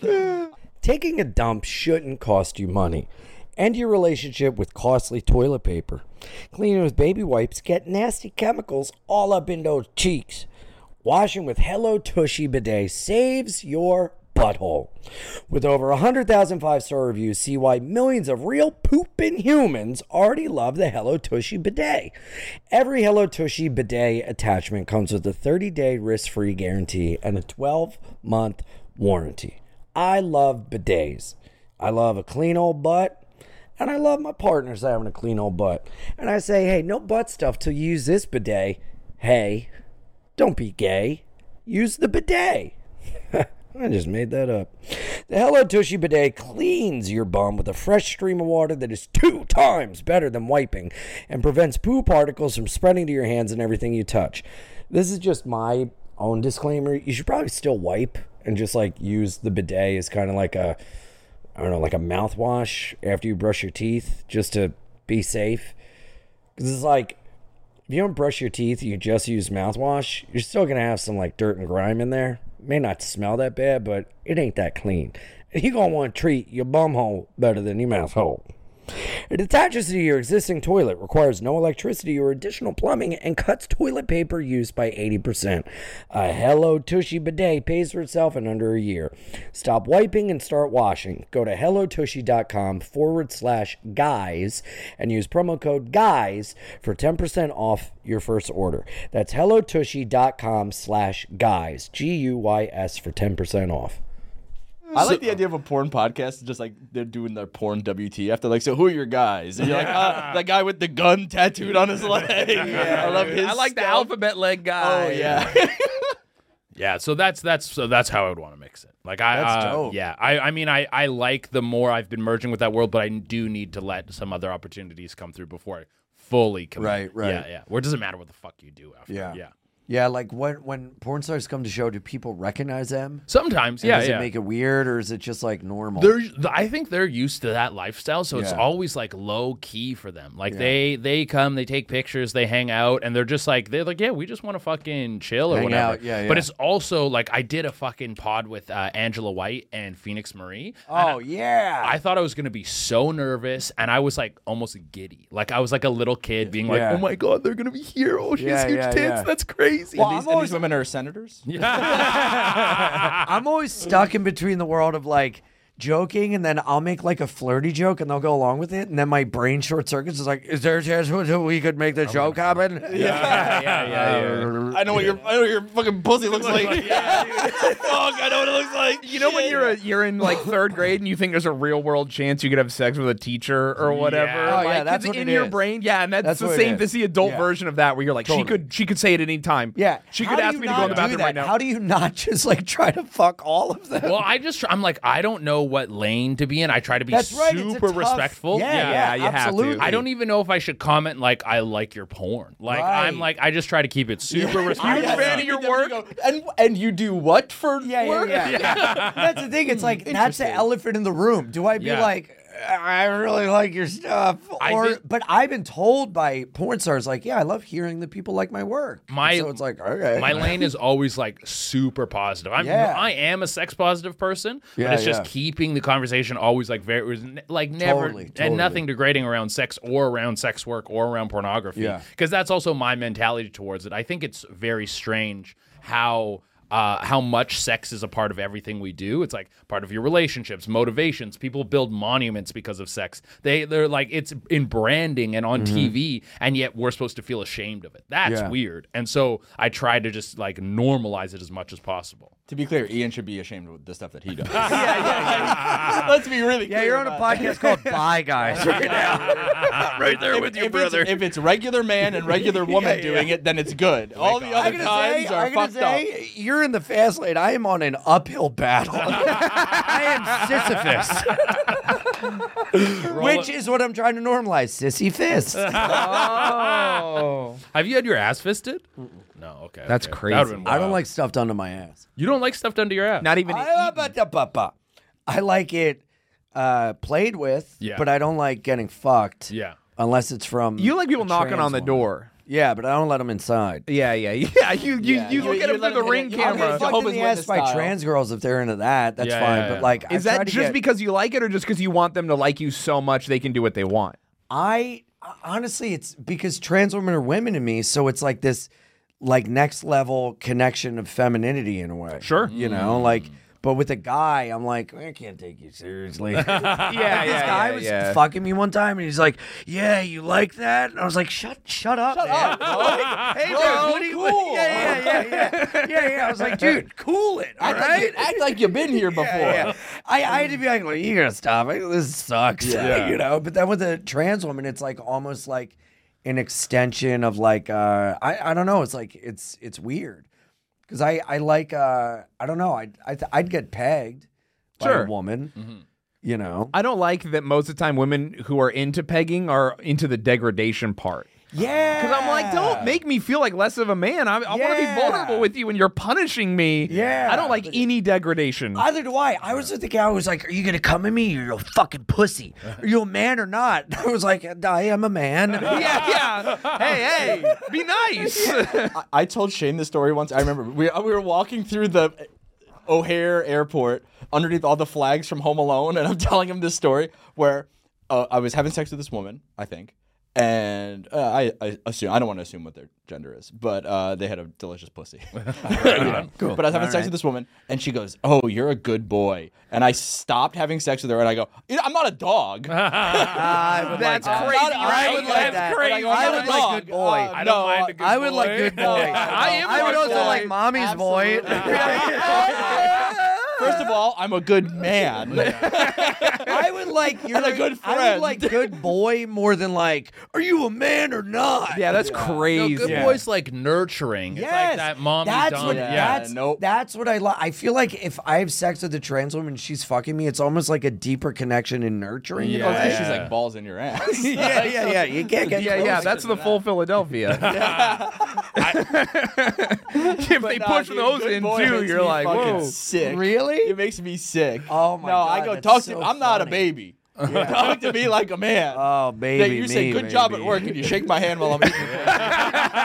Speaker 9: for
Speaker 1: Taking a dump shouldn't cost you money. End your relationship with costly toilet paper. Cleaning with baby wipes get nasty chemicals all up in those cheeks. Washing with Hello Tushy Bidet saves your butthole. With over 100,000 five star reviews, see why millions of real pooping humans already love the Hello Tushy Bidet. Every Hello Tushy Bidet attachment comes with a 30 day risk free guarantee and a 12 month warranty. I love bidets. I love a clean old butt, and I love my partners having a clean old butt. And I say, hey, no butt stuff till you use this bidet. Hey, don't be gay. Use the bidet. I just made that up. The Hello Tushy bidet cleans your bum with a fresh stream of water that is two times better than wiping and prevents poo particles from spreading to your hands and everything you touch. This is just my own disclaimer. You should probably still wipe and just like use the bidet as kind of like a I don't know, like a mouthwash after you brush your teeth, just to be safe. Because it's like, if you don't brush your teeth and you just use mouthwash, you're still going to have some like dirt and grime in there. May not smell that bad, but it ain't that clean. And you're going to want to treat your bum hole better than your mouth hole. It attaches to your existing toilet, requires no electricity or additional plumbing, and cuts toilet paper use by 80%. A Hello Tushy bidet pays for itself in under a year. Stop wiping and start washing. Go to hellotushy.com forward slash guys and use promo code guys for 10% off your first order. That's hellotushy.com slash guys, G U Y S, for 10% off.
Speaker 9: I like the idea of a porn podcast, just like they're doing their porn WTF. They're like, so who are your guys? And you're like, ah, that guy with the gun tattooed on his leg. I love his.
Speaker 6: I like the alphabet leg guy.
Speaker 9: Oh yeah.
Speaker 5: Yeah, so that's that's so that's how I would want to mix it. Like I,
Speaker 9: That's
Speaker 5: uh,
Speaker 9: dope.
Speaker 5: yeah, I, I mean, I, I like the more I've been merging with that world, but I do need to let some other opportunities come through before I fully commit.
Speaker 1: Right, right.
Speaker 5: Yeah, yeah. Where it doesn't matter what the fuck you do after. yeah.
Speaker 1: Yeah, like when when porn stars come to show, do people recognize them?
Speaker 5: Sometimes,
Speaker 1: And
Speaker 5: yeah,
Speaker 1: Does
Speaker 5: yeah.
Speaker 1: it make it weird, or is it just like normal?
Speaker 5: They're, I think they're used to that lifestyle, so it's
Speaker 1: Yeah.
Speaker 5: always like low key for them. Like
Speaker 1: Yeah.
Speaker 5: they they come, they take pictures, they hang out, and they're just like they're like, yeah, we just want to fucking chill or
Speaker 1: Hang
Speaker 5: whatever.
Speaker 1: out, yeah,
Speaker 5: But
Speaker 1: yeah.
Speaker 5: it's also like I did a fucking pod with uh, Angela White and Phoenix Marie.
Speaker 1: Oh yeah.
Speaker 5: I thought I was gonna be so nervous, and I was like almost giddy. Like I was like a little kid being like,
Speaker 9: Yeah.
Speaker 5: "Oh my god, they're gonna be here! Oh, she
Speaker 9: Yeah,
Speaker 5: has huge
Speaker 9: yeah,
Speaker 5: tits.
Speaker 9: yeah.
Speaker 5: That's crazy."
Speaker 9: Well, these, and these women are senators.
Speaker 1: I'm always stuck in between the world of like joking, and then I'll make like a flirty joke, and they'll go along with it, and then my brain short circuits is like, is there a chance we- we could make the joke happen?
Speaker 9: Yeah,
Speaker 5: yeah,
Speaker 9: I know what your I know what your fucking pussy looks like. Fuck, I know what it looks like.
Speaker 16: You know when you're a, you're in like third grade and you think there's a real world chance you could have sex with a teacher or whatever.
Speaker 1: Yeah. Oh, yeah,
Speaker 16: Like,
Speaker 1: that's
Speaker 16: it's
Speaker 1: what
Speaker 16: in
Speaker 1: it
Speaker 16: your
Speaker 1: is.
Speaker 16: brain. Yeah, and that's,
Speaker 1: That's
Speaker 16: the
Speaker 1: what it
Speaker 16: same
Speaker 1: is.
Speaker 16: as the adult
Speaker 1: Yeah.
Speaker 16: version of that where you're like she
Speaker 1: Totally.
Speaker 16: could she could say it any time.
Speaker 1: Yeah.
Speaker 16: she
Speaker 1: How
Speaker 16: could
Speaker 1: do
Speaker 16: ask
Speaker 1: you
Speaker 16: me to go
Speaker 1: not
Speaker 16: in the
Speaker 1: do
Speaker 16: bathroom
Speaker 1: that?
Speaker 16: right now.
Speaker 1: How do you not just like try to fuck all of them?
Speaker 5: Well, I just I'm like I don't know what lane to be in. I try to be
Speaker 1: That's right, it's a
Speaker 5: super
Speaker 1: tough-
Speaker 5: respectful.
Speaker 1: yeah, yeah, Yeah, you have to. absolutely.
Speaker 5: I don't even know if I should comment like I like your porn. Like
Speaker 1: Right.
Speaker 5: I'm like I just try to keep it super respectful. E
Speaker 9: your work, E and and you do what for work?
Speaker 1: yeah, yeah. that's the thing. It's like that's the elephant in the room. Do I be
Speaker 5: Yeah.
Speaker 1: like, I really like your stuff,
Speaker 5: I
Speaker 1: or
Speaker 5: think-
Speaker 1: but I've been told by porn stars like, yeah, I love hearing that people like my work.
Speaker 5: My-
Speaker 1: so it's like okay,
Speaker 5: My lane is always like super positive. I'm
Speaker 1: Yeah.
Speaker 5: I am a sex positive person,
Speaker 1: Yeah,
Speaker 5: but it's just
Speaker 1: yeah.
Speaker 5: keeping the conversation always like very like never
Speaker 1: Totally,
Speaker 5: and
Speaker 1: totally.
Speaker 5: nothing degrading around sex or around sex work or around pornography.
Speaker 1: Yeah.
Speaker 5: Because that's also my mentality towards it. I think it's very strange how uh, how much sex is a part of everything we do. It's like part of your relationships, motivations. People build monuments because of sex. They they're like it's in branding and on
Speaker 1: Mhm.
Speaker 5: TV, and yet we're supposed to feel ashamed of it. That's
Speaker 9: Yeah.
Speaker 5: weird. And so I try to just like normalize it as much as possible.
Speaker 9: To be clear, Ian should be ashamed of the stuff that he does. yeah, yeah, Let's be really
Speaker 1: yeah, you're on a podcast called Bye Guys right now.
Speaker 9: right there with your brother. if it's regular man and regular woman doing it, then it's good. All the
Speaker 1: Oh I'm
Speaker 9: other
Speaker 1: gonna
Speaker 9: times
Speaker 1: say,
Speaker 9: are
Speaker 1: I'm gonna
Speaker 9: fucked
Speaker 1: say, you're in the fast lane. I am on an uphill battle. I am Sisyphus, which is what I'm trying to normalize. Sissy fist.
Speaker 16: oh.
Speaker 5: Have you had your ass fisted? No. Okay.
Speaker 1: That's
Speaker 5: okay. That would've been
Speaker 1: I don't
Speaker 5: wild.
Speaker 1: like stuff done to my ass.
Speaker 5: You don't like stuff done to your ass.
Speaker 16: Not even.
Speaker 1: I, ba-da-ba-ba. I like it uh, played with,
Speaker 16: Yeah.
Speaker 1: but I don't like getting fucked.
Speaker 5: Yeah.
Speaker 1: Unless it's from
Speaker 16: You like people
Speaker 1: a
Speaker 16: knocking
Speaker 1: trans
Speaker 16: on the
Speaker 1: woman.
Speaker 16: door.
Speaker 1: Yeah, but I don't let them inside.
Speaker 16: Yeah, yeah, yeah. You you,
Speaker 9: Yeah,
Speaker 16: you
Speaker 9: you-
Speaker 16: look at
Speaker 9: you
Speaker 16: him
Speaker 9: let
Speaker 16: through the
Speaker 9: him
Speaker 16: ring
Speaker 9: hit it. I'll
Speaker 1: I'll
Speaker 16: camera.
Speaker 1: get fucked in the ass by trans girls if they're into that. That's
Speaker 5: Yeah,
Speaker 1: fine.
Speaker 5: yeah, yeah.
Speaker 1: But like,
Speaker 16: Is
Speaker 1: I try
Speaker 16: that
Speaker 1: to
Speaker 16: just
Speaker 1: get-
Speaker 16: because you like it, or just because you want them to like you so much they can do what they want?
Speaker 1: I honestly, it's because trans women are women to me, so it's like this, like next level connection of femininity in a way.
Speaker 5: Sure,
Speaker 1: you know, like. But with a guy, I'm like, I can't take you seriously. yeah,
Speaker 16: yeah,
Speaker 1: This guy
Speaker 16: yeah,
Speaker 1: was
Speaker 16: yeah.
Speaker 1: fucking me one time, and he's like, "Yeah, you like that?" And I was like, "Shut, shut up, shut man.
Speaker 16: up.
Speaker 1: hey,
Speaker 16: Bro,
Speaker 1: bro, what do you? Cool. Yeah, yeah, yeah, yeah, yeah, yeah. I was like, dude, cool it. All
Speaker 9: up.
Speaker 1: right.
Speaker 9: Act, like, act like you've been here before.
Speaker 1: Yeah. I, I had to be like, well, you gotta stop it. This sucks.
Speaker 9: Yeah.
Speaker 1: you know, but then with a trans woman, it's like almost like an extension of like uh I, I don't know, it's like it's it's weird. Cause I, I like uh I don't know, I I th- I'd get pegged by
Speaker 16: Sure. Mm-hmm.
Speaker 1: a woman. You know.
Speaker 16: I don't like that most of the time women who are into pegging are into the degradation part.
Speaker 1: Yeah.
Speaker 6: Because I'm like, don't make me feel like less of a man. I, I want to
Speaker 1: Yeah.
Speaker 6: be vulnerable with you, and you're punishing me.
Speaker 1: Yeah.
Speaker 6: I don't like any degradation.
Speaker 1: Either do I. I was with the guy who was like, Are you going to come at me? You're a fucking pussy. Are you a man or not? I was like, I am a man.
Speaker 6: yeah, yeah. Hey, hey, be nice.
Speaker 9: I, I told Shane this story once. I remember we uh, we were walking through the O'Hare Airport underneath all the flags from Home Alone, and I'm telling him this story where uh, I was having sex with this woman, I think, and uh, I, I assume I don't want to assume what their gender is, but uh, they had a delicious pussy. Yeah.
Speaker 17: Cool.
Speaker 9: But I was having
Speaker 17: All
Speaker 9: sex
Speaker 17: right.
Speaker 9: with this woman, and she goes, "Oh, you're a good boy," and I stopped having sex with her, and I go, "You know, "I'm not a dog."
Speaker 1: I would
Speaker 9: That's
Speaker 1: like that.
Speaker 9: crazy,
Speaker 1: I
Speaker 9: right?
Speaker 1: would like
Speaker 9: That's
Speaker 1: that.
Speaker 9: crazy.
Speaker 1: Like, I would like good boy.
Speaker 9: I don't mind a good
Speaker 1: I would like
Speaker 9: boy.
Speaker 1: good boy.
Speaker 9: I am
Speaker 1: I would
Speaker 9: a
Speaker 1: also
Speaker 9: boy.
Speaker 1: like mommy's boy.
Speaker 9: First of all, I'm a good man.
Speaker 1: I would like you're a good friend. I would like good boy more than like, are you a man or not?
Speaker 6: Yeah, that's crazy.
Speaker 5: No, good boy's like nurturing. It's
Speaker 1: Yes,
Speaker 5: like that mommy
Speaker 1: that's
Speaker 5: dumb.
Speaker 1: what
Speaker 5: yeah.
Speaker 1: that's that's what I like. I feel like if I have sex with a trans woman, she's fucking me. It's almost like a deeper connection and nurturing.
Speaker 9: Yeah, she's Oh, like balls in your ass.
Speaker 1: yeah, yeah, yeah. You can't get
Speaker 6: yeah, yeah.
Speaker 1: closer
Speaker 6: That's
Speaker 1: than
Speaker 6: the
Speaker 1: that.
Speaker 6: full Philadelphia. if they
Speaker 9: Nah,
Speaker 6: push
Speaker 9: dude,
Speaker 6: those
Speaker 9: good
Speaker 6: in
Speaker 9: boy
Speaker 6: too,
Speaker 9: makes
Speaker 6: you're
Speaker 9: me
Speaker 6: like,
Speaker 9: fucking
Speaker 6: whoa.
Speaker 9: sick.
Speaker 1: Really?
Speaker 9: It makes me sick.
Speaker 1: Oh my
Speaker 9: no,
Speaker 1: god.
Speaker 9: I go
Speaker 1: that's
Speaker 9: talk to.
Speaker 1: so
Speaker 9: I'm not a
Speaker 1: funny.
Speaker 9: baby. talk to me like a man.
Speaker 1: Oh,
Speaker 9: That
Speaker 1: baby.
Speaker 9: you say
Speaker 1: me,
Speaker 9: good job at
Speaker 1: baby."
Speaker 9: work and you shake my hand while I'm eating.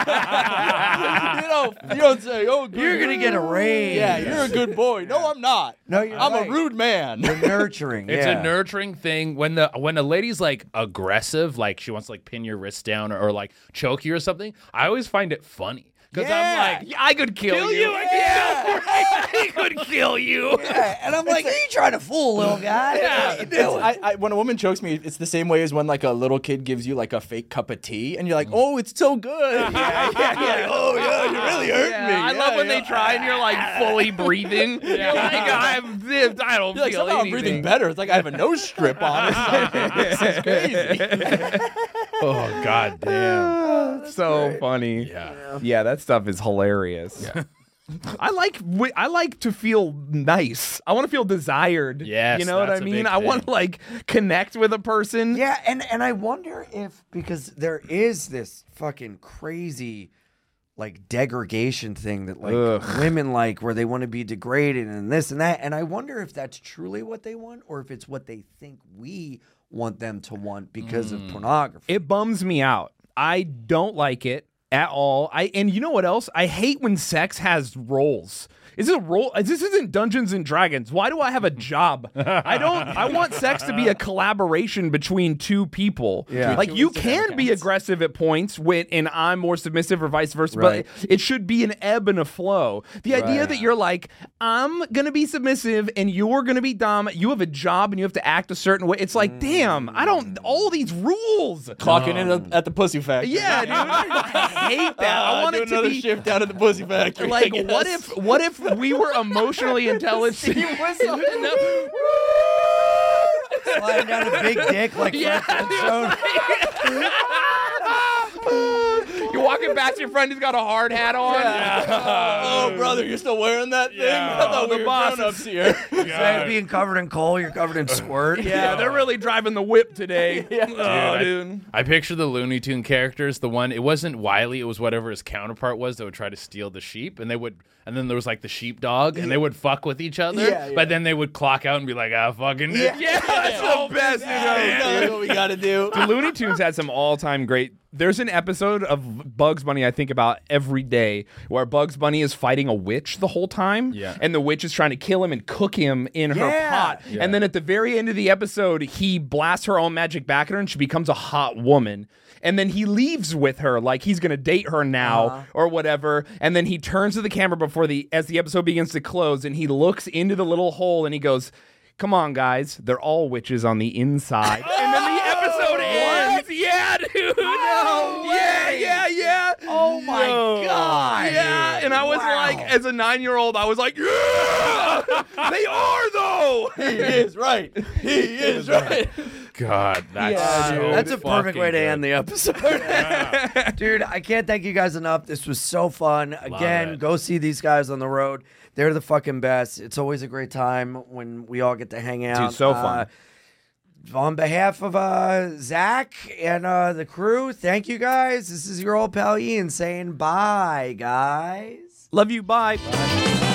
Speaker 9: you know, you don't say, "Oh, good
Speaker 1: You're gonna get a
Speaker 9: boy."
Speaker 1: raise.
Speaker 9: Yeah, you're a good boy. No, I'm not.
Speaker 1: No, you're
Speaker 9: I'm
Speaker 1: right.
Speaker 9: a rude man.
Speaker 1: nurturing.
Speaker 5: It's
Speaker 1: yeah.
Speaker 5: a nurturing thing when the when a lady's like aggressive, like she wants to like pin your wrist down or, or, like choke you or something. I always find it funny because
Speaker 1: Yeah.
Speaker 5: I'm like, I could kill,
Speaker 6: Kill
Speaker 5: you.
Speaker 6: you.
Speaker 5: I could kill you. I could kill you.
Speaker 1: Yeah, and I'm like, are you trying to fool, little guy? What are you
Speaker 9: It's-
Speaker 1: doing?
Speaker 9: I, I, when a woman chokes me, it's the same way as when like a little kid gives you like a fake cup of tea, and you're
Speaker 6: Mm.
Speaker 9: like, "Oh, it's so good." yeah, yeah, yeah. Oh, yeah, you really hurt
Speaker 6: Yeah,
Speaker 9: me.
Speaker 6: I
Speaker 9: Yeah,
Speaker 6: love when
Speaker 9: yeah.
Speaker 6: they try and you're like fully breathing. You're like, I'm, I don't
Speaker 9: You're like,
Speaker 6: feel
Speaker 9: somehow I'm
Speaker 6: anything.
Speaker 9: breathing better. It's like I have a nose strip on. It's like, this is crazy.
Speaker 5: Oh god damn.
Speaker 6: so funny.
Speaker 5: Yeah.
Speaker 6: Yeah, that stuff is hilarious. I like wi- I like to feel nice. I want to feel desired.
Speaker 5: Yes,
Speaker 6: you know what I
Speaker 5: that's a
Speaker 6: mean.
Speaker 5: big
Speaker 6: I want to
Speaker 5: thing.
Speaker 6: like connect with a person.
Speaker 1: Yeah, and and I wonder if because there is this fucking crazy like degradation thing that like
Speaker 6: Ugh.
Speaker 1: women like where they want to be degraded and this and that and I wonder if that's truly what they want or if it's what they think we want them to want because
Speaker 6: Hmm.
Speaker 1: of pornography.
Speaker 6: It bums me out. I don't like it at all. I and you know what else? I hate when sex has roles. Is it a role? This isn't Dungeons and Dragons. Why do I have a job? I don't. I want sex to be a collaboration between two people.
Speaker 1: Yeah.
Speaker 6: Like you can be aggressive at points when, and I'm more submissive or vice versa.
Speaker 1: Right.
Speaker 6: But it should be an ebb and a flow. The idea that you're like, I'm gonna be submissive and you're gonna be dumb. You have a job and you have to act a certain way. It's like, damn, I
Speaker 9: Mm.
Speaker 6: don't. All these rules.
Speaker 9: Clocking in at- at the pussy factory.
Speaker 6: Um. Yeah, dude. I hate that. I
Speaker 9: Uh,
Speaker 6: want
Speaker 9: do
Speaker 6: it to
Speaker 9: another
Speaker 6: be
Speaker 9: shift down at the pussy factory.
Speaker 6: like what if what if we were emotionally intelligent? No.
Speaker 1: Sliding down a big dick like
Speaker 6: Yeah,
Speaker 1: Frank
Speaker 6: dude.
Speaker 1: Stone.
Speaker 6: You're walking past your friend who's got a hard hat on.
Speaker 9: Oh, brother, you're still wearing that thing?
Speaker 5: Yeah.
Speaker 9: I thought
Speaker 6: The
Speaker 9: we were
Speaker 6: boss is-
Speaker 9: grown-ups here.
Speaker 1: Instead of being covered in coal, you're covered in squirt.
Speaker 6: Yeah, they're really driving the whip today. Oh, dude.
Speaker 5: I picture the Looney Tune characters. The one it wasn't Wiley, it was whatever his counterpart was that would try to steal the sheep, and they would, and then there was like the sheepdog, and they would fuck with each other.
Speaker 9: Yeah, yeah.
Speaker 5: But then they would clock out and be like, ah, fucking
Speaker 6: Yeah, that's the best. you know.
Speaker 9: That's what we got to do.
Speaker 6: The Looney Tunes had some all-time great. There's an episode of Bugs Bunny I think about every day where Bugs Bunny is fighting a witch the whole time,
Speaker 5: Yeah.
Speaker 6: and the witch is trying to kill him and cook him in her
Speaker 1: Yeah.
Speaker 6: pot. And then at the very end of the episode, he blasts her own magic back at her, and she becomes a hot woman. And then he leaves with her, like he's gonna date her now
Speaker 1: Uh-huh.
Speaker 6: or whatever. And then he turns to the camera before the as the episode begins to close, and he looks into the little hole and he goes. Come on, guys. They're all witches on the inside. and then the episode ends. Yeah, dude. Yeah, yeah, yeah. Oh my god. Yeah, and I was like, as a nine-year-old, I was like, yeah, they are though.
Speaker 9: He is right. He is right.
Speaker 5: God, that's so
Speaker 1: That's a perfect
Speaker 5: fucking
Speaker 1: way to
Speaker 5: good.
Speaker 1: end the episode. Dude, I can't thank you guys enough. This was so fun. Again,
Speaker 5: it.
Speaker 1: go see these guys on the road. They're the fucking best. It's always a great time when we all get to hang out. Uh,
Speaker 6: so fun.
Speaker 1: on behalf of uh, Zach and uh, the crew, thank you guys. This is your old pal Ian saying bye, guys.
Speaker 16: Love you. Bye.